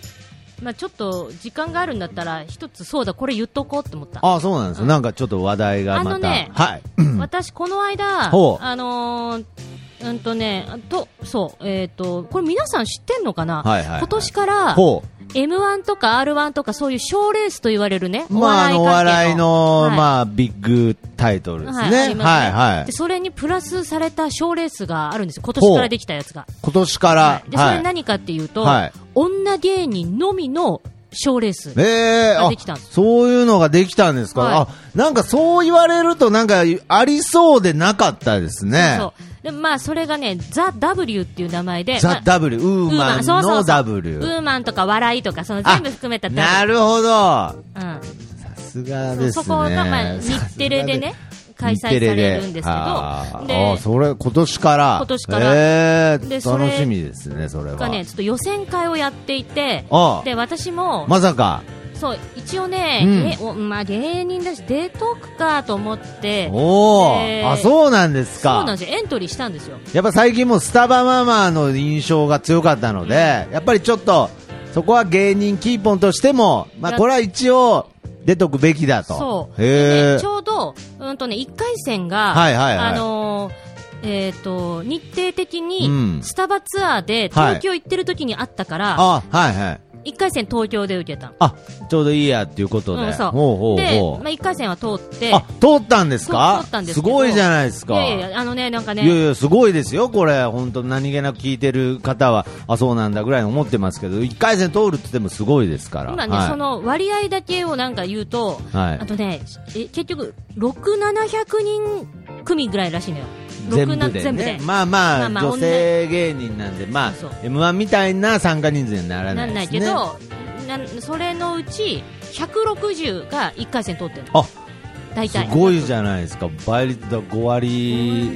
Speaker 1: まあ、ちょっと時間があるんだったら、一つ、そうだ、これ言っとこうって思った、
Speaker 3: あ、そうなんですよ。なんかちょっと話題がまた。
Speaker 1: あのね
Speaker 3: はい。
Speaker 1: 私、この間、
Speaker 3: ほう
Speaker 1: あのーうんとね、あとそう、えっ、と、これ皆さん知ってんのかな、
Speaker 3: はいはいはい
Speaker 1: 今年から、
Speaker 3: ほう。
Speaker 1: M1 とか R1 とかそういう賞レースと言われるね、
Speaker 3: まあ、あの、お笑いの、
Speaker 1: あ、
Speaker 3: まあ、ビッグタイトルです
Speaker 1: はいあります
Speaker 3: ね。
Speaker 1: ね
Speaker 3: はい、はい
Speaker 1: で。それにプラスされた賞レースがあるんですよ、今年からできたやつが。
Speaker 3: 今年から。
Speaker 1: はいでそ
Speaker 3: は
Speaker 1: れ
Speaker 3: い。
Speaker 1: 何かっていうと、
Speaker 3: はい
Speaker 1: 女芸人のみの賞レース。
Speaker 3: ええ
Speaker 1: が
Speaker 3: あ
Speaker 1: できたんです
Speaker 3: そういうのができたんですか、
Speaker 1: はい
Speaker 3: あなんかそう言われると、なんかありそうでなかったですね。
Speaker 1: そうそうでまあそれがね、ザ・ W っていう名前で、ま
Speaker 3: ザ
Speaker 1: あ・
Speaker 3: W、ウーマン
Speaker 1: そうそうそ
Speaker 3: の
Speaker 1: う
Speaker 3: W。
Speaker 1: ウーマンとか笑いとか、その全部含めた
Speaker 3: あ
Speaker 1: W
Speaker 3: なるほど。さ
Speaker 1: うん
Speaker 3: す
Speaker 1: そ
Speaker 3: が
Speaker 1: う
Speaker 3: ですね。
Speaker 1: そこが、まあ、日テレでね、開催されるんですけど、で
Speaker 3: あーあーそれ今年から。
Speaker 1: 今年から
Speaker 3: えー
Speaker 1: でそれ
Speaker 3: 楽しみですね、それは。
Speaker 1: がね、ちょっと予選会をやっていて
Speaker 3: ああ、
Speaker 1: で私も、
Speaker 3: まさか。
Speaker 1: そう一応ね、
Speaker 3: うん
Speaker 1: 芸おまあ、芸人だし、出とくかと思って、
Speaker 3: おお、
Speaker 1: で
Speaker 3: あ、そうなんで
Speaker 1: そ
Speaker 3: す
Speaker 1: う
Speaker 3: か。
Speaker 1: なんですよ、エントリーしたんですよ。
Speaker 3: やっぱ最近もうスタバママの印象が強かったので、やっぱりちょっと、そこは芸人キーポンとしても、まあこれは一応出とくべきだと。
Speaker 1: そう。で
Speaker 3: へ
Speaker 1: ね
Speaker 3: え
Speaker 1: ち。ょうど、うんとね、1回戦が、
Speaker 3: はいはいはい
Speaker 1: あのーえっ、と、日程的
Speaker 3: うん
Speaker 1: に、スタバツアーで東京行ってる時にあったから、
Speaker 3: あ、はいはい。
Speaker 1: 一1回戦東京で受けた。
Speaker 3: あ、ちょうどいいやっていうことで。
Speaker 1: うん、そう。
Speaker 3: ほうほう
Speaker 1: で、
Speaker 3: ほう。
Speaker 1: まあ、1回戦は通って、
Speaker 3: あ、通ったんですか
Speaker 1: そう通ったんです
Speaker 3: す
Speaker 1: けど
Speaker 3: ごいじゃないですか。
Speaker 1: いやいやいや、あのね、なんかね、
Speaker 3: いやいやすごいですよ、これ、本当、何気なく聞いてる方は、あ、そうなんだぐらい思ってますけど、1回戦通るって言ってもすごいですから。
Speaker 1: 今ね、
Speaker 3: はい
Speaker 1: その割合だけをなんか言うと、
Speaker 3: はい
Speaker 1: あとね、え結局、6、700人組ぐらいらしいのよ。
Speaker 3: 全部
Speaker 1: 6な
Speaker 3: で、ね、
Speaker 1: 全部で。
Speaker 3: まあまあ、
Speaker 1: まあまあ
Speaker 3: 女性芸人なんで、まあ、
Speaker 1: そう
Speaker 3: M1 みたいな参加人数にはなら
Speaker 1: な
Speaker 3: ない
Speaker 1: ん
Speaker 3: で
Speaker 1: ない
Speaker 3: す
Speaker 1: け
Speaker 3: ね。
Speaker 1: ど、なんそれのうち160が1回戦通ってる
Speaker 3: あ、
Speaker 1: 大
Speaker 3: す
Speaker 1: 体
Speaker 3: ごいじゃないですか。倍率だ5割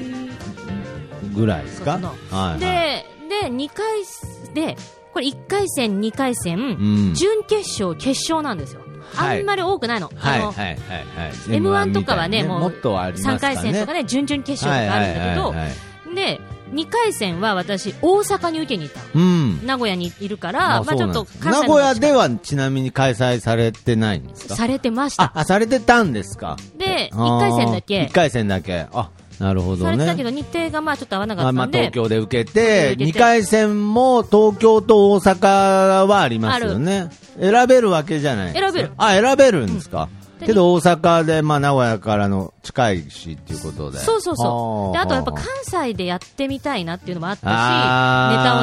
Speaker 3: ぐらいですか。
Speaker 1: そうそう
Speaker 3: はい、はい。
Speaker 1: でで2回すでこれ1回戦2回戦、
Speaker 3: ん
Speaker 1: 準決勝決勝なんですよ、
Speaker 3: はい
Speaker 1: あんまり多くないの,、
Speaker 3: はい
Speaker 1: あの
Speaker 3: はいはいはい。
Speaker 1: M1 とかは
Speaker 3: み
Speaker 1: ね、
Speaker 3: たいに
Speaker 1: もう
Speaker 3: っとありますか
Speaker 1: 3
Speaker 3: ね。
Speaker 1: 回戦とかね、準々決勝とかあるんだけど、
Speaker 3: はいはいはいはい
Speaker 1: で、2回戦は私、大阪に受けに行ったの。
Speaker 3: うん。
Speaker 1: 名古屋にいるから、
Speaker 3: あ
Speaker 1: まあちょっと
Speaker 3: そう
Speaker 1: 関
Speaker 3: なんです
Speaker 1: 西
Speaker 3: 名
Speaker 1: の
Speaker 3: 古
Speaker 1: 方
Speaker 3: 屋
Speaker 1: が近い
Speaker 3: ではちなみに開催されてないんですか
Speaker 1: されてまし
Speaker 3: あ
Speaker 1: た。
Speaker 3: あ、されてたんですか
Speaker 1: で、
Speaker 3: あー
Speaker 1: 1回戦だけ
Speaker 3: 一、回戦だけ。あ、なるほど
Speaker 1: されてたけ
Speaker 3: ね。
Speaker 1: ど、日程がまあちょっと合わなか
Speaker 3: あ
Speaker 1: った
Speaker 3: まあ、
Speaker 1: んで
Speaker 3: 東、京で受けて
Speaker 1: 受け、て
Speaker 3: 2回戦も東京と大阪はありますよね。選べるわけじゃない。
Speaker 1: 選べる
Speaker 3: あ、選べるんですか。
Speaker 1: うん
Speaker 3: けど大阪で、まあ、名古屋からの近いしっていうことで。
Speaker 1: そうそうそう、で
Speaker 3: は
Speaker 1: あとやっぱ関西でやってみたいなっていうのもあったし、ネタを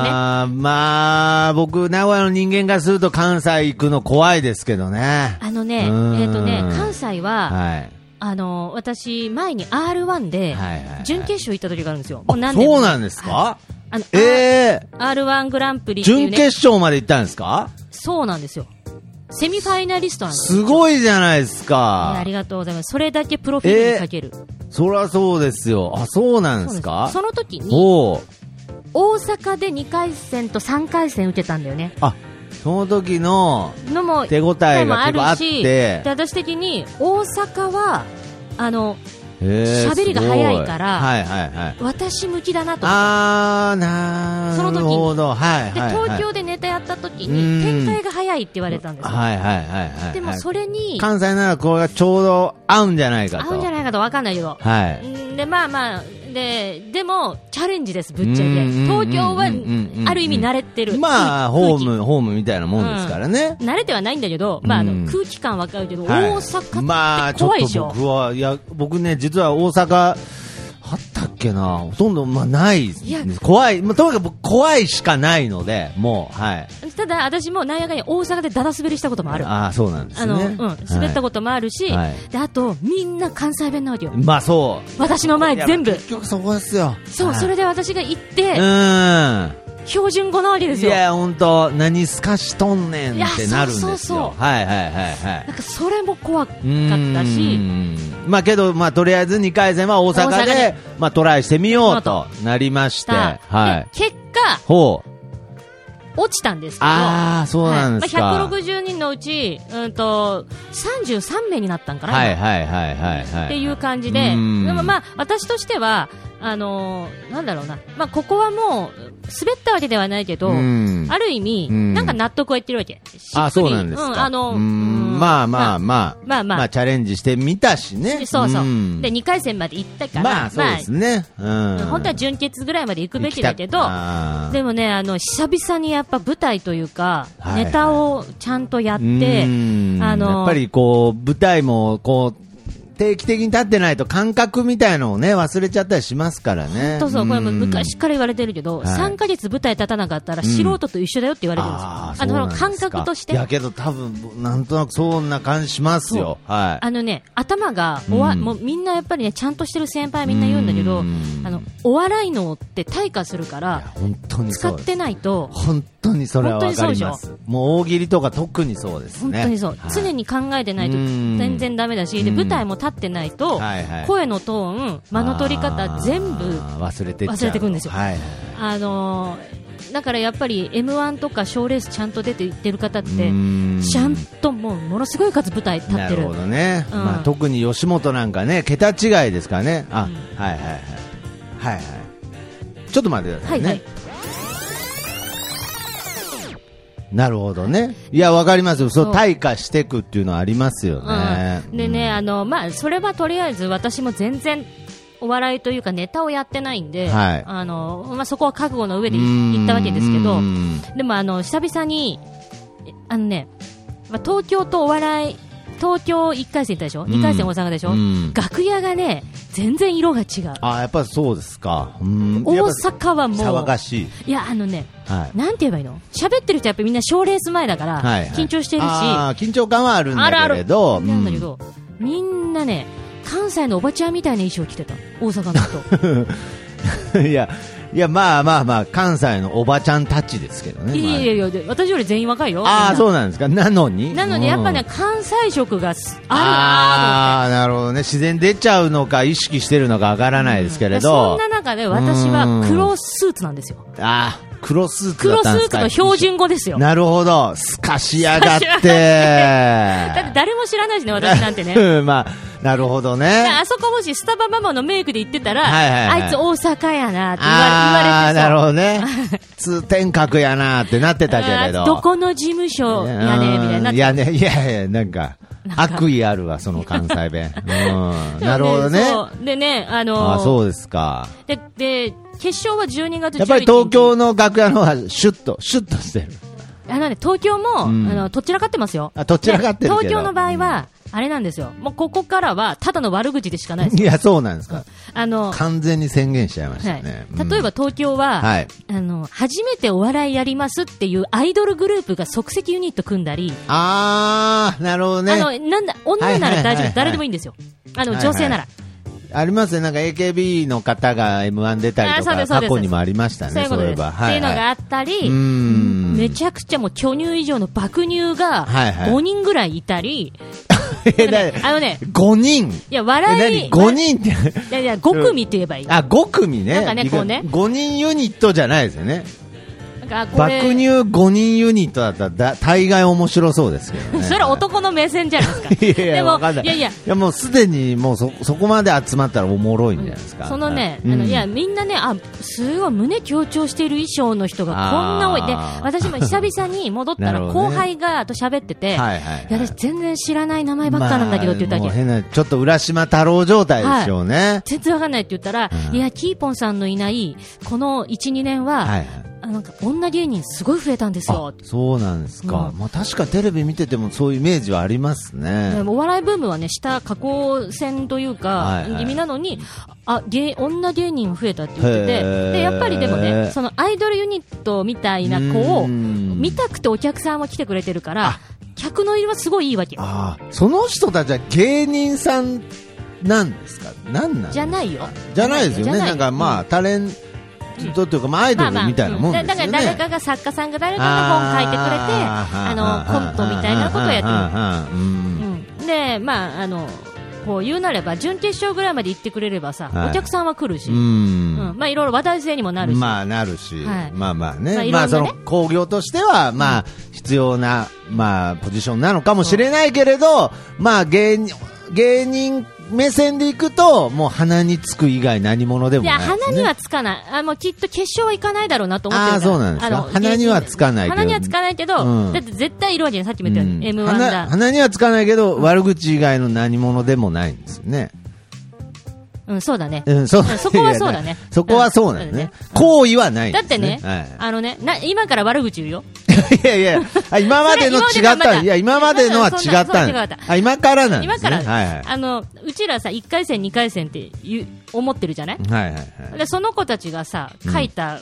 Speaker 1: ね、
Speaker 3: あーまあ、僕、名古屋の人間がすると関西行くの怖いですけどね。
Speaker 1: あのね、
Speaker 3: うーん
Speaker 1: えっ、とね、関西は、
Speaker 3: はい。
Speaker 1: あの私、前に r 1で
Speaker 3: はいはいはい
Speaker 1: 準決勝行った時があるんですよ、もう
Speaker 3: あ
Speaker 1: 何年も
Speaker 3: そうなんですか
Speaker 1: あの
Speaker 3: ええ
Speaker 1: r 1グランプリっていう、
Speaker 3: 準
Speaker 1: ね、
Speaker 3: 決勝まで行ったんですか
Speaker 1: そうなんですよ、セミファイナリストなんですよ
Speaker 3: すごいじゃないです
Speaker 1: いやあ
Speaker 3: か
Speaker 1: り。がとうございます、それだけプロフィールにかける、
Speaker 3: そりゃそうですよ。あ、そうなんですか
Speaker 1: そうなんですその時に
Speaker 3: おう
Speaker 1: 大阪で2回戦と3回戦受けたんだよね。
Speaker 3: あ、その時の、
Speaker 1: のも
Speaker 3: 手応えが
Speaker 1: でもある
Speaker 3: 結構あっ
Speaker 1: してで私的に大阪はあの
Speaker 3: えー
Speaker 1: 喋りが
Speaker 3: すご
Speaker 1: 早いから
Speaker 3: はいはいはい。
Speaker 1: 私向きだなと思っ
Speaker 3: あー、な
Speaker 1: その時
Speaker 3: る
Speaker 1: に
Speaker 3: ほど。はい
Speaker 1: た
Speaker 3: はい、はい。
Speaker 1: で東京でネタやった時
Speaker 3: うん
Speaker 1: に展開が早いって言われたんですよ、
Speaker 3: はいはいはいはいはい。
Speaker 1: でもそれに
Speaker 3: 関西ならこれがちょうど合うんじゃないかと。
Speaker 1: 合うんじゃないかと分かんないけど、
Speaker 3: はい。
Speaker 1: うんでまあまあででもチャレンジですぶっちゃけ
Speaker 3: うん
Speaker 1: 東京は
Speaker 3: うんうんうんうん
Speaker 1: ある意味慣れてる
Speaker 3: ま
Speaker 1: 空
Speaker 3: あ、ホ
Speaker 1: 気
Speaker 3: ーム、ホームみたいなもんですからね。
Speaker 1: 慣れてはないんだけど、まあ、あ
Speaker 3: うん
Speaker 1: の空気感分かるけど、
Speaker 3: はい
Speaker 1: 大阪っ
Speaker 3: まあ、
Speaker 1: て
Speaker 3: ちょっ
Speaker 1: 怖いでし
Speaker 3: と
Speaker 1: ょ、
Speaker 3: 僕は、いや、僕ね、実は大阪、あったっけなほとんど、まあ、ないです
Speaker 1: いや
Speaker 3: 怖い。まあ、とにかく僕、怖いしかないので、もう、はい。
Speaker 1: ただ私もなんやかんや大阪でだだ滑りしたこともある
Speaker 3: ああ、そうなんです
Speaker 1: あの、
Speaker 3: ね。
Speaker 1: うん、滑った
Speaker 3: こ
Speaker 1: こともあるし、
Speaker 3: はい
Speaker 1: で、あと、みんな関西弁なわけよ。
Speaker 3: まあ、そ
Speaker 1: 私の
Speaker 3: う。
Speaker 1: 前
Speaker 3: いや
Speaker 1: 全部。
Speaker 3: 結局そこですよ。
Speaker 1: そう、
Speaker 3: はい
Speaker 1: それで私が行って、
Speaker 3: うん。
Speaker 1: 標準語なわけです
Speaker 3: い
Speaker 1: よ。
Speaker 3: や、ほんと、何すかしとんねんってなるんですよ。
Speaker 1: いやそうそうそう
Speaker 3: はいはいはいはい。
Speaker 1: なんか、それも怖かっ
Speaker 3: うーん
Speaker 1: たし、
Speaker 3: まあけど、まあとりあえず2回戦は大阪で、
Speaker 1: 大阪で
Speaker 3: まあトライしてみよう
Speaker 1: そ
Speaker 3: となりまして、
Speaker 1: さあ
Speaker 3: はい。
Speaker 1: で結果、
Speaker 3: ほう。
Speaker 1: 落ちたんですけど、
Speaker 3: ああ、そうなんですか。
Speaker 1: はいまあ
Speaker 3: はい、
Speaker 1: 160人のうち、うんと、33名になったんかな、
Speaker 3: はいはいはいはいはい。
Speaker 1: っていう感じで、で
Speaker 3: うん
Speaker 1: もまあ、私としては、あのーなんだろうな、まあ、ここはもう、滑ったわけではないけど、
Speaker 3: うん
Speaker 1: ある意味、
Speaker 3: うん
Speaker 1: なんか納得はいってるわけ。しっくり
Speaker 3: あそうなんですか。
Speaker 1: うん、あの、
Speaker 3: うーんまあまあまあ、
Speaker 1: まあまあ
Speaker 3: チャレンジしてみたしね。
Speaker 1: そうそう。
Speaker 3: ん
Speaker 1: で、2回戦まで行ったから、
Speaker 3: まあそうですね。
Speaker 1: まあ
Speaker 3: うん。
Speaker 1: 本当は準決ぐらいまで行くべきだけど
Speaker 3: 行、きたあー
Speaker 1: でもね、あの、久々にやっぱ舞台というか、
Speaker 3: はいはい
Speaker 1: ネタをちゃんとやって、
Speaker 3: うん
Speaker 1: あの
Speaker 3: やっぱりこう舞台もこう定期的に立ってないと感覚みたいのをね忘れちゃったりしますからね。
Speaker 1: そうそう、これも
Speaker 3: ん
Speaker 1: 昔から言われてるけど、
Speaker 3: はい
Speaker 1: 3ヶ月舞台立たなかったら素人と一緒だよって言われてるんですよ。
Speaker 3: あー
Speaker 1: あの、
Speaker 3: そ
Speaker 1: ほ
Speaker 3: う
Speaker 1: ら
Speaker 3: なんですか
Speaker 1: 感覚として
Speaker 3: い。やけど多分なんとなくそんな感じしますよ。はい。
Speaker 1: あのね、頭がおわ、
Speaker 3: うん
Speaker 1: もうみんなやっぱりね、ちゃんとしてる先輩みんな言うんだけど、
Speaker 3: うん
Speaker 1: あの、お笑い脳って退化するか
Speaker 3: いや
Speaker 1: ら、
Speaker 3: 本当に
Speaker 1: 使
Speaker 3: そう
Speaker 1: っ
Speaker 3: です。
Speaker 1: てないと、
Speaker 3: 本当にそれはわかりま
Speaker 1: 本当に
Speaker 3: す。もう大喜利とか特にそうです
Speaker 1: 本
Speaker 3: ね。
Speaker 1: 当にそう、
Speaker 3: はい
Speaker 1: 常に考えてないと
Speaker 3: うん
Speaker 1: 全然ダメだし、
Speaker 3: う
Speaker 1: で
Speaker 3: ん
Speaker 1: 舞台も立ってないと、
Speaker 3: はいはい
Speaker 1: 声のトーン、間の取り
Speaker 3: あ
Speaker 1: 方、
Speaker 3: ー
Speaker 1: 全部、
Speaker 3: 忘れてっちゃう
Speaker 1: 忘れてくんですよ
Speaker 3: はいはい。
Speaker 1: あのーだからやっぱり m 1とか賞レースちゃんと出て行ってる方って、
Speaker 3: うん
Speaker 1: ちゃんともうものすごい数舞台立って
Speaker 3: なる
Speaker 1: る
Speaker 3: ほ。どね、
Speaker 1: うん
Speaker 3: まあ、特に吉本なんかね桁違いですからねあ、
Speaker 1: うん
Speaker 3: はいはいはいはいはいちょっと待ってくださ
Speaker 1: はいい
Speaker 3: ね、
Speaker 1: はい、
Speaker 3: なるほどねいやわかりますよそう
Speaker 1: そう
Speaker 3: 退化していくっていうのはありますよね、
Speaker 1: うん、でね、あのまあ、それはとりあえず私も全然お笑いというかネタをやってないんで、
Speaker 3: はい
Speaker 1: あのまあ、そこは覚悟の上
Speaker 3: う
Speaker 1: で
Speaker 3: ん
Speaker 1: 行ったわけですけど、
Speaker 3: うん
Speaker 1: でもあの久々にえあのね、まあ、東京とお笑い東京1回戦行ったでしょ、
Speaker 3: ん
Speaker 1: 2回戦大阪でしょ、
Speaker 3: うん
Speaker 1: 楽屋がね全然色が違う
Speaker 3: あやっぱそうですかうん
Speaker 1: 大
Speaker 3: やっ
Speaker 1: 阪は
Speaker 3: ぱ
Speaker 1: も
Speaker 3: 騒
Speaker 1: う
Speaker 3: がしい
Speaker 1: いやあのね
Speaker 3: はい
Speaker 1: なんて言えばいいの喋ってる人やっぱみんな賞レース前だから、
Speaker 3: はいはい
Speaker 1: 緊張してるし
Speaker 3: あー緊張感はあるん
Speaker 1: あるあ
Speaker 3: だけれ
Speaker 1: る
Speaker 3: ど
Speaker 1: なんだけど、みんなね関西のおばちゃんみたいな衣装着てた大阪の 人
Speaker 3: うんいやいやまあまあまあ関西のおばちゃんたちですけどね
Speaker 1: いやいやいやいや私より全員若いよ
Speaker 3: ああ
Speaker 1: みん
Speaker 3: そうなんですかなのに
Speaker 1: ななのでやっぱね、
Speaker 3: うん
Speaker 1: 関西色がすあ
Speaker 3: ああー、なるほどね。自然出ちゃうのか、意識してるのかわからないですけ
Speaker 1: るな
Speaker 3: れ
Speaker 1: と思
Speaker 3: ど。
Speaker 1: って、そんな中で私は黒スーツなんですよ
Speaker 3: ああ、黒スーツだっ
Speaker 1: 黒ス
Speaker 3: たんで
Speaker 1: ー
Speaker 3: す
Speaker 1: ツ
Speaker 3: か
Speaker 1: の標準語ですよだ
Speaker 3: なるほど。すかしやがっ
Speaker 1: すかしてって
Speaker 3: て。
Speaker 1: 誰も知らないしね私なんて ね
Speaker 3: うんまあ、なるほど
Speaker 1: で
Speaker 3: ね。
Speaker 1: あそこもしスタバママのメイクで行ってたら、
Speaker 3: はいはいはい
Speaker 1: あいつ大阪やなって言
Speaker 3: あ
Speaker 1: わ
Speaker 3: あ、
Speaker 1: れ
Speaker 3: な
Speaker 1: 言
Speaker 3: る
Speaker 1: われて
Speaker 3: ほどね。 通天閣やなってなってたけれ
Speaker 1: そう
Speaker 3: ど。
Speaker 1: うんどこの事務所やねみたいになっ
Speaker 3: うん
Speaker 1: て
Speaker 3: いやね、いやいや、なんか、
Speaker 1: なんか
Speaker 3: 悪意あるわ、その関西弁。 うん、なるほどね。
Speaker 1: そうでね、あの
Speaker 3: あそうですか。
Speaker 1: でで、決勝は12月11日。
Speaker 3: やっぱり東京の楽屋の方がシュッと、シュッとしてる。
Speaker 1: あなんで東京も、
Speaker 3: うん
Speaker 1: あのどちらかってますよ。
Speaker 3: あどちらかってるけど
Speaker 1: で東京の場合は、あれなんですよ。もうここからはただの悪口でしかない です
Speaker 3: い
Speaker 1: よ。
Speaker 3: や、そうなんですか。
Speaker 1: あの、は
Speaker 3: 完全に宣言しちゃいま
Speaker 1: い
Speaker 3: したね。うん
Speaker 1: 例えば、東京は、
Speaker 3: はい
Speaker 1: あの初めてお笑いやりますっていうアイドルグループが即席ユニット組んだり、
Speaker 3: あー、なるほどね。
Speaker 1: あのなんだ女なら
Speaker 3: はいはい
Speaker 1: 大
Speaker 3: は
Speaker 1: 丈
Speaker 3: いはい
Speaker 1: 夫、誰でもいいんですよ。あの
Speaker 3: はいはい
Speaker 1: 女性なら。
Speaker 3: ありますね、なんか AKB の方が M1 出たりと
Speaker 1: あそうです
Speaker 3: か、
Speaker 1: そう
Speaker 3: 過
Speaker 1: です
Speaker 3: 去にもありました
Speaker 1: そう
Speaker 3: ね、
Speaker 1: いうこと
Speaker 3: そうい
Speaker 1: で
Speaker 3: え
Speaker 1: す。
Speaker 3: ば。
Speaker 1: っていうのがあ
Speaker 3: は
Speaker 1: った
Speaker 3: い。
Speaker 1: り、
Speaker 3: ん
Speaker 1: めちゃくちゃもう巨乳以上の爆乳が
Speaker 3: はいはい
Speaker 1: 5人ぐらいいたり、
Speaker 3: えだ
Speaker 1: あのね、
Speaker 3: 5人
Speaker 1: いや、
Speaker 3: え
Speaker 1: 笑い、
Speaker 3: 何 ?5 人って。
Speaker 1: いやいや、5組って言えばいい。
Speaker 3: あ、5組ね。
Speaker 1: なんかねこうね
Speaker 3: 5人ユニットじゃないですよね。
Speaker 1: なんかこれ
Speaker 3: 爆乳5人ユニットだったらだ、大概面白そうですけど ね。
Speaker 1: それは男の目線じゃないですか。
Speaker 3: いやい
Speaker 1: で
Speaker 3: や、
Speaker 1: も
Speaker 3: わかんない。
Speaker 1: いやいや、
Speaker 3: もうすでに、もうそ、そこまで集まったらおもろいんじゃないですか。
Speaker 1: そのね、
Speaker 3: うん
Speaker 1: あのいや、みんなね、あ、すごい胸強調している衣装の人がこんな多い。で、
Speaker 3: あー
Speaker 1: 私も久々に戻った
Speaker 3: な
Speaker 1: ら
Speaker 3: るほど
Speaker 1: 後
Speaker 3: ね
Speaker 1: 輩がと喋ってて、
Speaker 3: はいはいはい
Speaker 1: や、私全然知らない名前ばっかなんだけどって言った
Speaker 3: ま
Speaker 1: わ
Speaker 3: あ
Speaker 1: け。
Speaker 3: もう変な、ちょっと浦島太郎状態ですよね。
Speaker 1: 全然わかんないって言ったら、
Speaker 3: うん
Speaker 1: いや、キーポンさんのいない、この1、2年は、
Speaker 3: はいはい。
Speaker 1: あなんか女芸人すごい増えたんです
Speaker 3: あ
Speaker 1: よ。
Speaker 3: そうなんですか、
Speaker 1: うん
Speaker 3: まあ、確かテレビ見ててもそういうイメージはあります
Speaker 1: で
Speaker 3: ね、
Speaker 1: もお笑いブームはね、下、下降線という
Speaker 3: は
Speaker 1: か、
Speaker 3: いはい
Speaker 1: 気味なのに、あ、芸、女芸人増えたって言って
Speaker 3: へー
Speaker 1: て、で、やっぱりでもね、そのアイドルユニットみたいな子を、
Speaker 3: うん
Speaker 1: 見たくてお客さんも来てくれてるか
Speaker 3: あ
Speaker 1: ら、客の入りはすごいいいわけ。
Speaker 3: ああその人たちは芸人さんなんですかなんなん
Speaker 1: じゃないよ。
Speaker 3: じゃないですよねなんかまあ、タレントというか、まあ、アイ
Speaker 1: うん、
Speaker 3: ドルみたいなもんです
Speaker 1: だだ
Speaker 3: よね、
Speaker 1: から誰かが作家さんが誰かが本書いてくれて、あの、コントみたいなことをやってる。
Speaker 3: ってる、うん
Speaker 1: うんで、まあ、あの、こう言うなれば、準決勝ぐらいまで行ってくれればさ、
Speaker 3: はい
Speaker 1: お客さんは来るし、
Speaker 3: う
Speaker 1: うん
Speaker 3: ん
Speaker 1: まあ、いろいろ話題性にもなるし、
Speaker 3: まあなるし、
Speaker 1: はい
Speaker 3: まあまあ
Speaker 1: ま
Speaker 3: ね、ま
Speaker 1: あ
Speaker 3: あ、
Speaker 1: いろんなね
Speaker 3: その工業としては、まあ必要な、まあポジションなのかもしれないけれど、まあ芸人、芸人目線でいくと、もう鼻につく以外何者でも
Speaker 1: い
Speaker 3: な
Speaker 1: や
Speaker 3: いです、ね。
Speaker 1: 鼻にはつかない、あもうきっと決勝は行かないだろうなと思ってるから
Speaker 3: あーそうなんですか
Speaker 1: あの
Speaker 3: 鼻にはつかないけど
Speaker 1: 鼻にはつかないけど、
Speaker 3: うん
Speaker 1: だって絶対いるわけじゃん、さっきも
Speaker 3: う
Speaker 1: 言ったようんに、M1
Speaker 3: 鼻
Speaker 1: だ、
Speaker 3: 鼻にはつかないけど、悪口以外の何者でもないんですよね。
Speaker 1: うん、そうだね、
Speaker 3: うん、そ
Speaker 1: うんそこはそうだね
Speaker 3: そこはそうなんですね。行為はないん
Speaker 1: だ
Speaker 3: で
Speaker 1: っ
Speaker 3: す、
Speaker 1: てね、
Speaker 3: はい
Speaker 1: あのねな、今から悪口言うよ、
Speaker 3: いやいや、あ今までの違
Speaker 1: それ
Speaker 3: っ
Speaker 1: 今まで
Speaker 3: た。
Speaker 1: の
Speaker 3: いや、今までのは違った
Speaker 1: そんなそんな違
Speaker 3: ん
Speaker 1: っ
Speaker 3: で
Speaker 1: た
Speaker 3: す。あ、今からなんですね。
Speaker 1: 今から、
Speaker 3: はいはい。
Speaker 1: あのうちらさ、1回戦、2回戦って言う思ってるじゃない、
Speaker 3: はいはいはい。
Speaker 1: でその子たちがさ、書いた、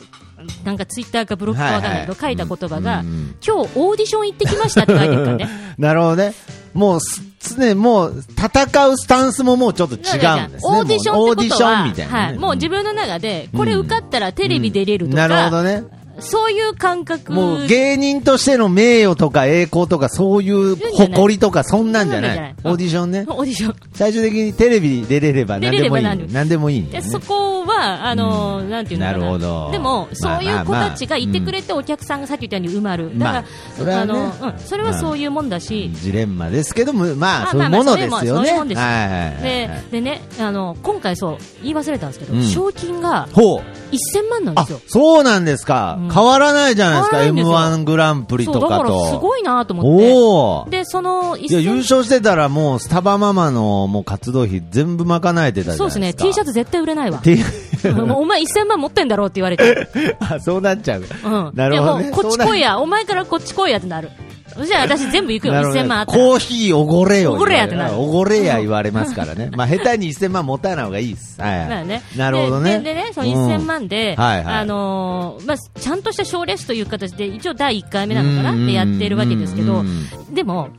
Speaker 1: なんかツイッターかブロックかわかんないけど、
Speaker 3: はいはい
Speaker 1: 書いた言葉が、
Speaker 3: うんうん
Speaker 1: 今日オーディション行ってきましたって書いてる からね。
Speaker 3: なるほどね。もうす、常にもう、戦うスタンスももうちょっと違うんですね。
Speaker 1: オーディション
Speaker 3: もう
Speaker 1: っ
Speaker 3: オーデ
Speaker 1: て
Speaker 3: ィ
Speaker 1: こ
Speaker 3: シ
Speaker 1: とは、
Speaker 3: ョンみたいなね、
Speaker 1: はい、もう自分の中で、これ受かったらテレビ出れると
Speaker 3: なるほ
Speaker 1: か、
Speaker 3: どね。
Speaker 1: そういう感覚
Speaker 3: もう芸人としての名誉とか栄光とかそういう誇りとかそんなんじゃない。
Speaker 1: そんなんじゃない
Speaker 3: オーディションね。
Speaker 1: オーディション。
Speaker 3: 最終的にテレビ出れれば何でもい
Speaker 1: 出れれば
Speaker 3: い。
Speaker 1: 何でも
Speaker 3: 何でもいいんだ
Speaker 1: で
Speaker 3: よね
Speaker 1: そこは、あのーなんていうのかな
Speaker 3: なるほど
Speaker 1: でも、
Speaker 3: ま
Speaker 1: そ
Speaker 3: あ
Speaker 1: ういう子
Speaker 3: まあまあ
Speaker 1: たちがいてくれて、お客さんがさっき言ったように埋まる、だから、
Speaker 3: まあそれはね
Speaker 1: のうん、それはそういうもんだし、
Speaker 3: ジレンマですけども、ま
Speaker 1: まあ
Speaker 3: あ、そういうものですよね。
Speaker 1: まあまあそういうもんですよ
Speaker 3: はいはいはい
Speaker 1: ででねあの、今回そう、言い忘れたんですけど、
Speaker 3: うん
Speaker 1: 賞金が
Speaker 3: ほう。
Speaker 1: 1000万なんで
Speaker 3: あ
Speaker 1: すよ、、
Speaker 3: そうなんですか。
Speaker 1: うん
Speaker 3: 変わらないじゃないですか。
Speaker 1: 変わらないんですよ
Speaker 3: M1 グランプリ
Speaker 1: そう
Speaker 3: と
Speaker 1: だ
Speaker 3: か
Speaker 1: から
Speaker 3: と。
Speaker 1: すごいなと思って、
Speaker 3: おお。
Speaker 1: でその
Speaker 3: いや、優
Speaker 1: 1000
Speaker 3: 勝してたらもう、スタバママのもう活動費全部賄えてたじゃ
Speaker 1: そう
Speaker 3: ないですか。
Speaker 1: ですね、T シャツ絶対売れないわ。
Speaker 3: T-
Speaker 1: もうお前1000万持ってんだろうって言われて。
Speaker 3: あ、そうなっちゃう。
Speaker 1: うん。
Speaker 3: なるほどね
Speaker 1: いやもうこっち
Speaker 3: そうな
Speaker 1: 来いや、お前からこっち来いやってなる。そしたら私全部行くよ、
Speaker 3: なるほど
Speaker 1: 1000万あったら。
Speaker 3: コーヒーおごれよ。
Speaker 1: おごれやってなる
Speaker 3: おごれや言われますからね。まあ、下手に1000万持たない方がいいです。はいはい。
Speaker 1: だよね。
Speaker 3: なるほどね。
Speaker 1: で、ででね、その
Speaker 3: うん
Speaker 1: 1000万で、
Speaker 3: はいはい
Speaker 1: あのーまあ、ちゃんとした賞レースという形で、一応第1回目なのかなってやってるわけですけ
Speaker 3: う
Speaker 1: ど
Speaker 3: んうんうん、
Speaker 1: でも、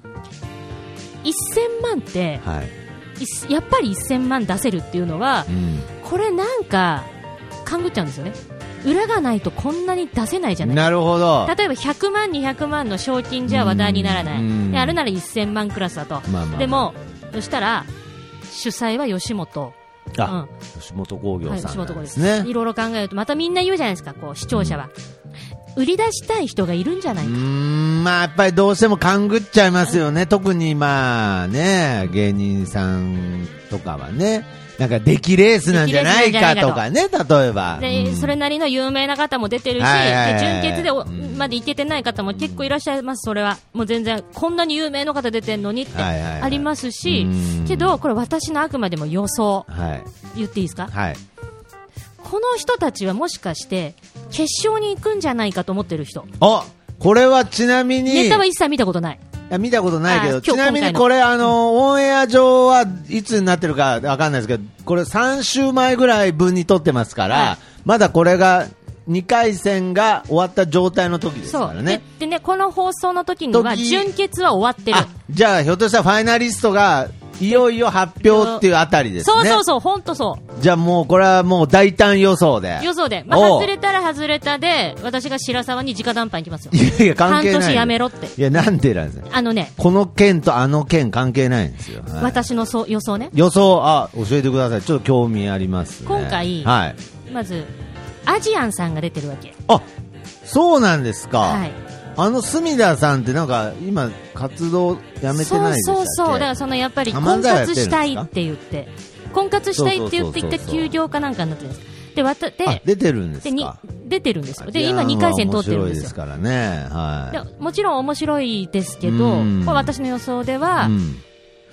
Speaker 1: 1000万って、
Speaker 3: はい。
Speaker 1: いっやっぱり1000万出せるっていうのは
Speaker 3: う、ん
Speaker 1: これなんか、勘ぐっちゃうんですよね。裏がないとこんなに出せないじゃない
Speaker 3: なるほど。
Speaker 1: 例えば100万、200万の賞金じゃ話題にならな
Speaker 3: う
Speaker 1: い、
Speaker 3: ん
Speaker 1: であるなら1000万クラスだと、
Speaker 3: まあまあまあ
Speaker 1: でも、そしたら主催は吉本、
Speaker 3: あ、吉本興業
Speaker 1: はい
Speaker 3: さ
Speaker 1: 吉
Speaker 3: んな
Speaker 1: 本
Speaker 3: ん
Speaker 1: 興
Speaker 3: で
Speaker 1: です
Speaker 3: ね。
Speaker 1: いろいろ考えると、またみんな言うじゃないですか、こう視聴者は。売り出したい人がいるんじゃないうか
Speaker 3: ーんまあやっぱりどうしても勘ぐっちゃいますよね、特にまあね芸人さんとかはね、なんか出来レースなんじゃないかとかね、例えば。
Speaker 1: で、
Speaker 3: うん
Speaker 1: それなりの有名な方も出てるし、
Speaker 3: はいはいはいはい
Speaker 1: で準決でお
Speaker 3: うん
Speaker 1: まで行けてない方も結構いらっしゃいます、それは。もう全然、こんなに有名の方出てんのにって
Speaker 3: はいはいはい
Speaker 1: ありますし
Speaker 3: うん、
Speaker 1: けど、これ私のあくまでも予想、
Speaker 3: はい
Speaker 1: 言っていいですか
Speaker 3: はい
Speaker 1: この人たちはもしかして、決勝に行くんじゃないかと思ってる人。
Speaker 3: おこれはちなみに
Speaker 1: ネタは一切見たことない。
Speaker 3: いや見たことないけ
Speaker 1: あ
Speaker 3: ど、
Speaker 1: 今日
Speaker 3: ちなみ
Speaker 1: 今回
Speaker 3: に
Speaker 1: の
Speaker 3: これ、あの、オンエア上はいつになってるかわかんないですけど、これ3週前ぐらい分に撮ってますから、
Speaker 1: はい
Speaker 3: まだこれが2回戦が終わった状態の時ですか
Speaker 1: そ
Speaker 3: ら
Speaker 1: う。で
Speaker 3: ね。
Speaker 1: でね、この放送の時には、
Speaker 3: 時
Speaker 1: 準決は終わってる。
Speaker 3: あ、じゃあひょっとしたらファイナリストがいよいよ発表っていうあたりですね。
Speaker 1: そうそうそう、ほんとそう。
Speaker 3: じゃあもうこれはもう大胆予想で。
Speaker 1: 予想で、まあ、
Speaker 3: おう
Speaker 1: 外れたら外れたで、私が白沢に直談判行きますよ
Speaker 3: い、やいや関係ない。
Speaker 1: 半年やめろって
Speaker 3: いや、なんでなんですか
Speaker 1: あのね、
Speaker 3: この件とあの件関係ないんですよ。はい
Speaker 1: 私のそう予想ね、
Speaker 3: 予想、あ、教えてください。ちょっと興味あります、ね。
Speaker 1: 今回
Speaker 3: はい。
Speaker 1: まず、アジアンさんが出てるわけ、
Speaker 3: あ、そうなんですか。
Speaker 1: はい、
Speaker 3: あの、隅田さんってなんか、今、活動やめて
Speaker 1: そ
Speaker 3: ないうでしたっ
Speaker 1: そ
Speaker 3: け
Speaker 1: うそう、だからそのやっぱり
Speaker 3: あ漫
Speaker 1: 婚
Speaker 3: 才やっ
Speaker 1: 活
Speaker 3: てるんです
Speaker 1: し
Speaker 3: か
Speaker 1: たいって言って、婚活したいって言って一
Speaker 3: そうそうそう
Speaker 1: 回
Speaker 3: そう
Speaker 1: 休業かなんかになってるんです、でわたで
Speaker 3: あ出てるんです
Speaker 1: でに
Speaker 3: か。
Speaker 1: 出てるんですよ、で
Speaker 3: いや
Speaker 1: 今、2回戦通ってるんです
Speaker 3: 面白いです
Speaker 1: よ。
Speaker 3: からね。は
Speaker 1: でもちろん面白いですけど、
Speaker 3: うん
Speaker 1: これ私の予想で
Speaker 3: い。
Speaker 1: は、
Speaker 3: うん。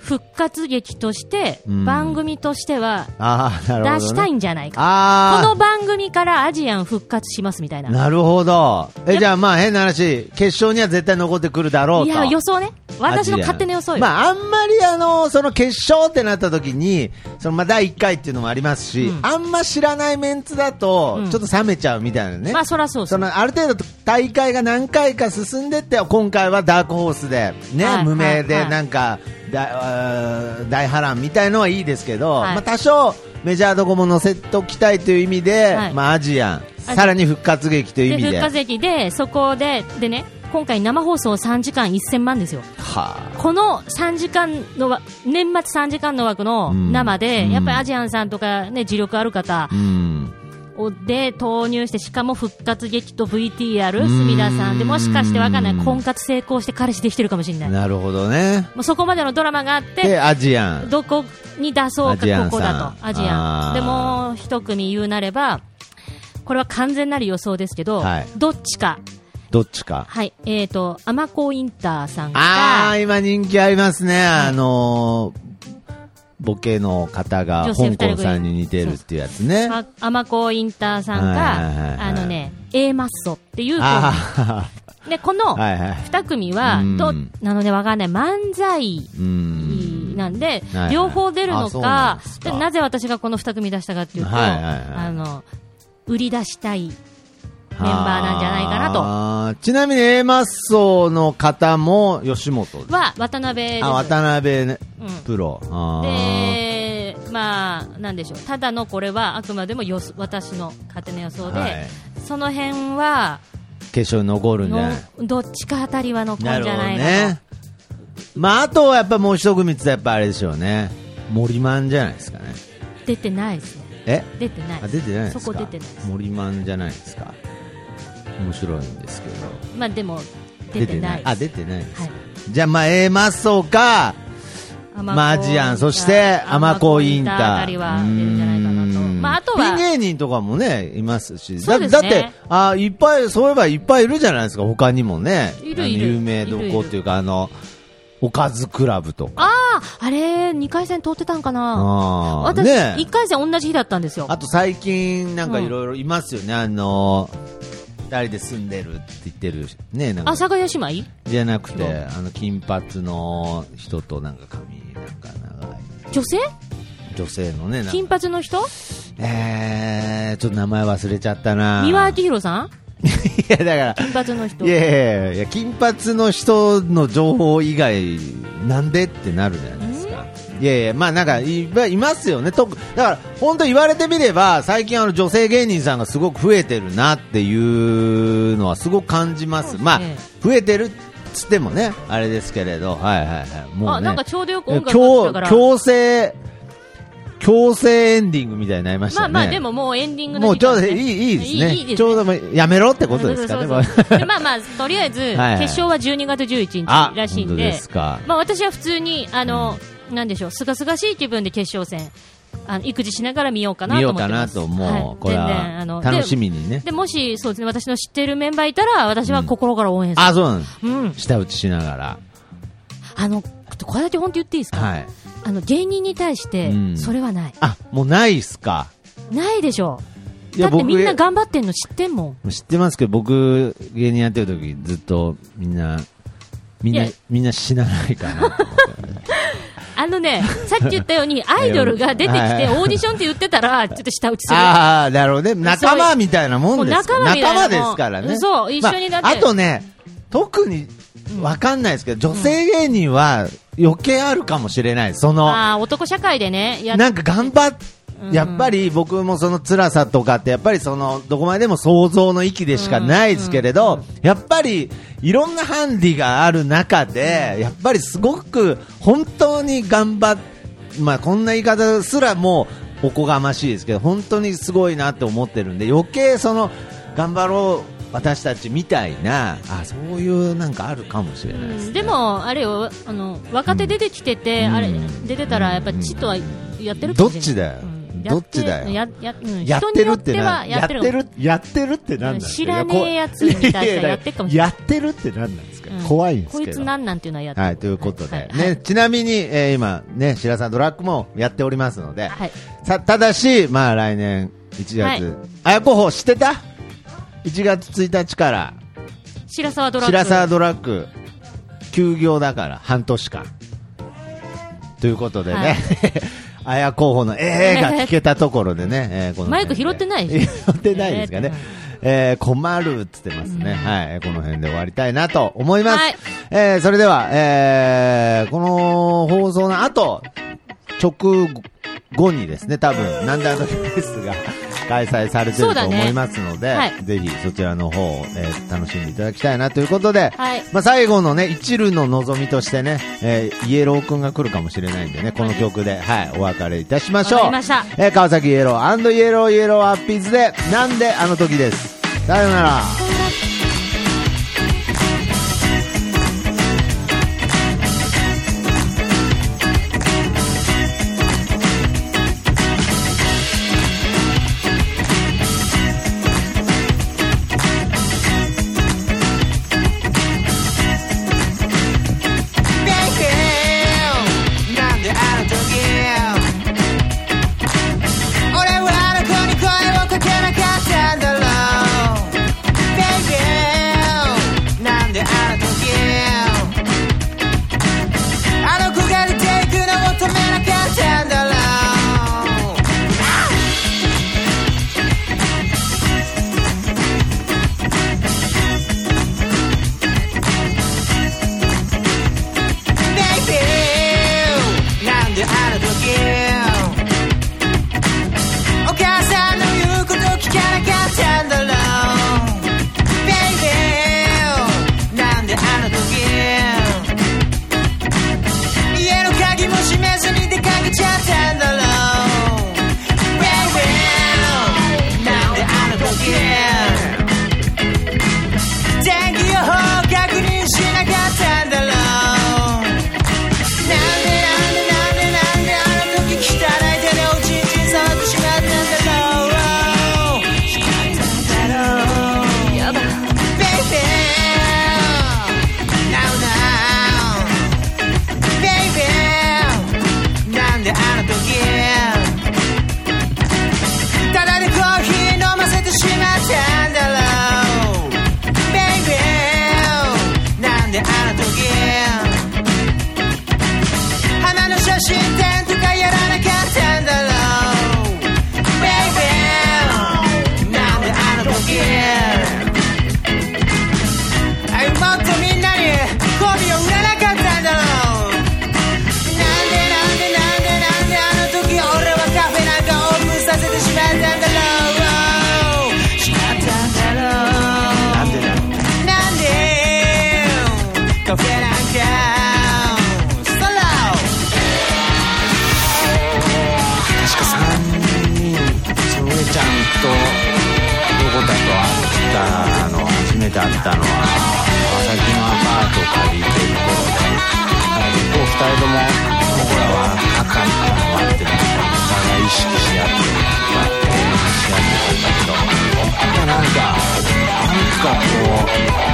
Speaker 1: 復活劇として、
Speaker 3: うん
Speaker 1: 番組としては
Speaker 3: ああ、なるほど、ね。
Speaker 1: 出したいんじゃないかこ
Speaker 3: あ
Speaker 1: の番組からアジアン復活しますみたい
Speaker 3: あ、
Speaker 1: な。
Speaker 3: なるほど。
Speaker 1: や
Speaker 3: え、
Speaker 1: っ
Speaker 3: じゃあまあ変な話、決勝には絶対残ってくるだろう
Speaker 1: い
Speaker 3: と。
Speaker 1: や、予想ね。私の勝手な予想よ。
Speaker 3: まあ、あんまりあのその決勝ってなった時にそのまあ第1回っていうのもありますし、
Speaker 1: うん
Speaker 3: あんま知らないメンツだと、
Speaker 1: うん
Speaker 3: ちょっと冷めちゃうみたいなね、
Speaker 1: まあそらそうそ。
Speaker 3: そうのある程度大会が何回か進んでって今回はダークホースで、ね
Speaker 1: はい
Speaker 3: 無名
Speaker 1: はい
Speaker 3: で
Speaker 1: はい
Speaker 3: なんか、だあー大波乱みたいのはいいですけど、
Speaker 1: はい
Speaker 3: まあ、多少メジャーどこも乗せときたいという意味で、
Speaker 1: はい
Speaker 3: まあ、アジアン
Speaker 1: はい
Speaker 3: さらに復活劇という
Speaker 1: で、
Speaker 3: 意味で
Speaker 1: 復活劇で、そこで、でね、今回生放送3時間1000万ですよ。
Speaker 3: は
Speaker 1: この3時間のわ、年末3時間の枠の生で、
Speaker 3: うん
Speaker 1: やっぱりアジアンさんとかね、磁力ある方
Speaker 3: あうん
Speaker 1: をで投入して、しかも復活劇と VTR、
Speaker 3: ん
Speaker 1: 隅田さんで、もしかしてわかんな
Speaker 3: う
Speaker 1: い。
Speaker 3: ん
Speaker 1: 婚活成功して彼氏できてるかもしれない。も
Speaker 3: なるほどね
Speaker 1: うそこまでのドラマがあって、
Speaker 3: でアジアン
Speaker 1: どこに出そう
Speaker 3: アジアン
Speaker 1: か、
Speaker 3: さん
Speaker 1: ここだと、アジアン。
Speaker 3: あー
Speaker 1: でも、一組言うなれば、これは完全なる予想ですけど、
Speaker 3: はい
Speaker 1: どっちか、
Speaker 3: どっちか
Speaker 1: はい、えっ、と、アマコインターさん
Speaker 3: ああ、
Speaker 1: が、
Speaker 3: 今人気ありますね。あのー、ボケの方が
Speaker 1: 女性
Speaker 3: 香
Speaker 1: 二人組
Speaker 3: 港さんに似てるっていうやつね。
Speaker 1: あアマコインターさん
Speaker 3: はいはいはいはい
Speaker 1: が、あのね、A マッソっていうコ
Speaker 3: あ
Speaker 1: ンビで、この
Speaker 3: あ、はいはい。
Speaker 1: 二組は
Speaker 3: うん、
Speaker 1: ど、なのね、わかんない、漫才、
Speaker 3: うん。
Speaker 1: なんで
Speaker 3: いは、い
Speaker 1: 両方出るの
Speaker 3: あそうな
Speaker 1: か
Speaker 3: んです、か
Speaker 1: でなぜ私がこの二組出したかっていうと、
Speaker 3: はいはいはい
Speaker 1: あの、売り出したいメンバーなんじゃないかなと
Speaker 3: なと。ちなみに A マッソの方も吉本です
Speaker 1: は渡辺です。
Speaker 3: あ、渡辺ね
Speaker 1: うん
Speaker 3: プロ。あー
Speaker 1: で、まあ、なんでしょう、ただのこれはあくまでも予想私の勝手な予想で、
Speaker 3: はい
Speaker 1: その辺は
Speaker 3: 決勝に残るんじゃない
Speaker 1: のどっちかあたりは残
Speaker 3: な
Speaker 1: るん
Speaker 3: る
Speaker 1: じ
Speaker 3: ほ
Speaker 1: ゃ
Speaker 3: ど
Speaker 1: ないか
Speaker 3: ね。まあ、あとはやっぱもう一組って言ったらやっぱあれでしょうね。森マンじゃないですかね。
Speaker 1: と、出てないですね、
Speaker 3: え
Speaker 1: 出てない
Speaker 3: あ、出てないですか
Speaker 1: そこ出てないです、
Speaker 3: 森マンじゃないですか面白いんですけど
Speaker 1: まあ、でも出てないです
Speaker 3: あ出てないです、
Speaker 1: はい
Speaker 3: じゃあまあ A マッソかまあアジアンそしてアマコインター
Speaker 1: アマコあたりは出るんじゃないかなと、
Speaker 3: うん
Speaker 1: まあ、あとは
Speaker 3: ピン芸人とかもねいますし
Speaker 1: そうですね
Speaker 3: だだってあいっぱいそういえばいっぱいいるじゃないですか他にもね
Speaker 1: いるいる
Speaker 3: あの有名どこっていうかあのおかずクラブとか
Speaker 1: ああれ、2回戦通ってたんかな、
Speaker 3: あー
Speaker 1: 私、
Speaker 3: ね
Speaker 1: 1回戦同じ日だったんですよ。
Speaker 3: あと最近なんかいろいろいますよね、あの二人で住んでるって言ってるねなん
Speaker 1: 阿
Speaker 3: か
Speaker 1: 佐ヶ谷姉妹
Speaker 3: じゃなく
Speaker 1: 違
Speaker 3: て、
Speaker 1: う
Speaker 3: あの金髪の人となんか髪なんか長い
Speaker 1: 女性
Speaker 3: 女性のね、なん
Speaker 1: 金
Speaker 3: か
Speaker 1: 髪の人
Speaker 3: えー、ちょっと名前忘れちゃったな。
Speaker 1: 三輪明
Speaker 3: い
Speaker 1: 宏さん
Speaker 3: やだから。
Speaker 1: 金髪 の人
Speaker 3: いやいやいやいや金髪の人の情報以外なんでってなるじゃないですか。いやいやまあなんかいいますよね。とだから本当言われてみれば最近あの女性芸人さんがすごく増えてるなっていうのはすごく感じま
Speaker 1: そう
Speaker 3: す。
Speaker 1: ですね
Speaker 3: まあ増えてるっつってもねあれですけれどはいはいはいもうね。
Speaker 1: あなんかちょうどよく音楽だ
Speaker 3: 強
Speaker 1: ったから
Speaker 3: 強制強制エンディングみたいになりました
Speaker 1: まあ
Speaker 3: ね。
Speaker 1: まあ、でももうエンディングの
Speaker 3: もう
Speaker 1: 時
Speaker 3: ちょう
Speaker 1: 間
Speaker 3: ど
Speaker 1: ね
Speaker 3: いい、いいですね。
Speaker 1: いいです
Speaker 3: ちょうどもうやめろってこと
Speaker 1: そう
Speaker 3: ですかね。
Speaker 1: そうそうでまあまあ、とりあえず、決
Speaker 3: はい
Speaker 1: 勝は12月11
Speaker 3: あ、
Speaker 1: 日らしいん
Speaker 3: 本当
Speaker 1: で、
Speaker 3: ですか。
Speaker 1: まあ私は普通に、あの、なんでしょう、すがすがしい気分で決勝戦、あの育児しながら見ようかな
Speaker 3: 見
Speaker 1: と
Speaker 3: よう
Speaker 1: 思っ
Speaker 3: か
Speaker 1: てま
Speaker 3: な
Speaker 1: す。
Speaker 3: と、も
Speaker 1: は
Speaker 3: う、
Speaker 1: い
Speaker 3: これ
Speaker 1: 全然あ
Speaker 3: は
Speaker 1: の、
Speaker 3: 楽しみにね
Speaker 1: で。。でもし、そうですね、私の知ってるメンバーいたら、私は心から応援する。
Speaker 3: あ、そうなんです。
Speaker 1: うん。
Speaker 3: 舌打ちしながら。
Speaker 1: あの、これだけ本当言っていいですか、
Speaker 3: はい。
Speaker 1: あの、芸人に対して
Speaker 3: う、ん
Speaker 1: それはない。
Speaker 3: あ、もうないっすか。
Speaker 1: ないでしょ
Speaker 3: い
Speaker 1: だ
Speaker 3: や、
Speaker 1: ってみんな
Speaker 3: 僕、
Speaker 1: 頑張ってんの知ってんもん。
Speaker 3: 知ってますけど、僕、芸人やってる時、ずっと、みんな、みん
Speaker 1: い
Speaker 3: な
Speaker 1: や、
Speaker 3: みんな死なないか なと思って。
Speaker 1: あのね、さっき言ったよ うに、アイドルが出てき
Speaker 3: はい
Speaker 1: て、オーディションって言ってたら、ちょっと舌打ちする。
Speaker 3: ああ、なるほどね。仲間みたいなもんですか
Speaker 1: もう
Speaker 3: 仲
Speaker 1: 仲間み
Speaker 3: 間
Speaker 1: たいなもん
Speaker 3: ですからね。
Speaker 1: そう一緒にだって
Speaker 3: まああとね、特に、わかんないですけど、女性芸人は余計あるかもしれない。その、
Speaker 1: ああ、男社会でね、やっ
Speaker 3: なんか頑張っ
Speaker 1: うん
Speaker 3: やっぱり僕もその辛さとかってやっぱりそのどこまでも想像の域でしかないですけれど、やっぱりいろんなハンディがある中で、やっぱりすごく本当に頑張っ、まあこんな言い方すらもうおこがましいですけど本当にすごいなって思ってるんで余計その頑張ろう私たちみたいなあそういうなんかあるかもしれないです、
Speaker 1: でも、あれよあの若手出てきてて、
Speaker 3: うん
Speaker 1: あれ
Speaker 3: うん
Speaker 1: 出てたら、やっぱちっとはやってるかもしれない
Speaker 3: どっちだよ
Speaker 1: うん
Speaker 3: どっちだよ
Speaker 1: ややうん
Speaker 3: やっ
Speaker 1: 人
Speaker 3: て
Speaker 1: に
Speaker 3: る
Speaker 1: よ
Speaker 3: っ
Speaker 1: ってて
Speaker 3: な
Speaker 1: はやってる。
Speaker 2: やってるって何なんですか
Speaker 1: 知らねえやつに対してはやってっかもしれ
Speaker 2: やってるって何なんですか
Speaker 1: うん
Speaker 2: 怖いんです
Speaker 1: こ
Speaker 2: け
Speaker 1: いつ
Speaker 2: ど。
Speaker 1: なんなんていうのはやってる
Speaker 3: はい、ということで、
Speaker 1: はいはい
Speaker 3: ね、ちなみに、えー今、ね、白さんドラッグもやっておりますので、
Speaker 1: はい
Speaker 3: さただし、まあ、来年1月、
Speaker 1: はい
Speaker 3: あや候補知ってた ?1 月1日から、
Speaker 1: 白沢ドラッグ
Speaker 3: 白沢ドラッグ、休業だから、半年間。ということでね、
Speaker 1: はい
Speaker 3: あや候補のええが聞けたところで ね、えーこの辺で
Speaker 1: マイク拾ってないでし
Speaker 3: 拾ってないですかね。えー困るっつってますね。はい。この辺で終わりたいなと思います。
Speaker 1: はい
Speaker 3: えーそれでは、えーこの放送の後、直後にですね、多分、なんだのフェスが開催されて
Speaker 1: そ
Speaker 3: る
Speaker 1: う
Speaker 3: と
Speaker 1: だね
Speaker 3: 思いますので、
Speaker 1: はい
Speaker 3: ぜひそちらの方を、えー楽しんでいただきたいなということで、
Speaker 1: はい
Speaker 3: まあ、最後のね、一縷の望みとしてね、えーイエローくんが来るかもしれないんでね、この曲で、はい、お別れいたしましょう。
Speaker 1: わかりました
Speaker 3: えー川崎イエローイエローイエローアッピーズで、なんであの時です。さようなら。
Speaker 4: なんであの時俺はあの子に声をかけなかったんだろう Thank
Speaker 3: だったのは川崎のアパート借りてる頃で結構二人とも僕らは仲になってなお互い意識し合ってやって話し合ってたんだけどやっぱなんかなんかこう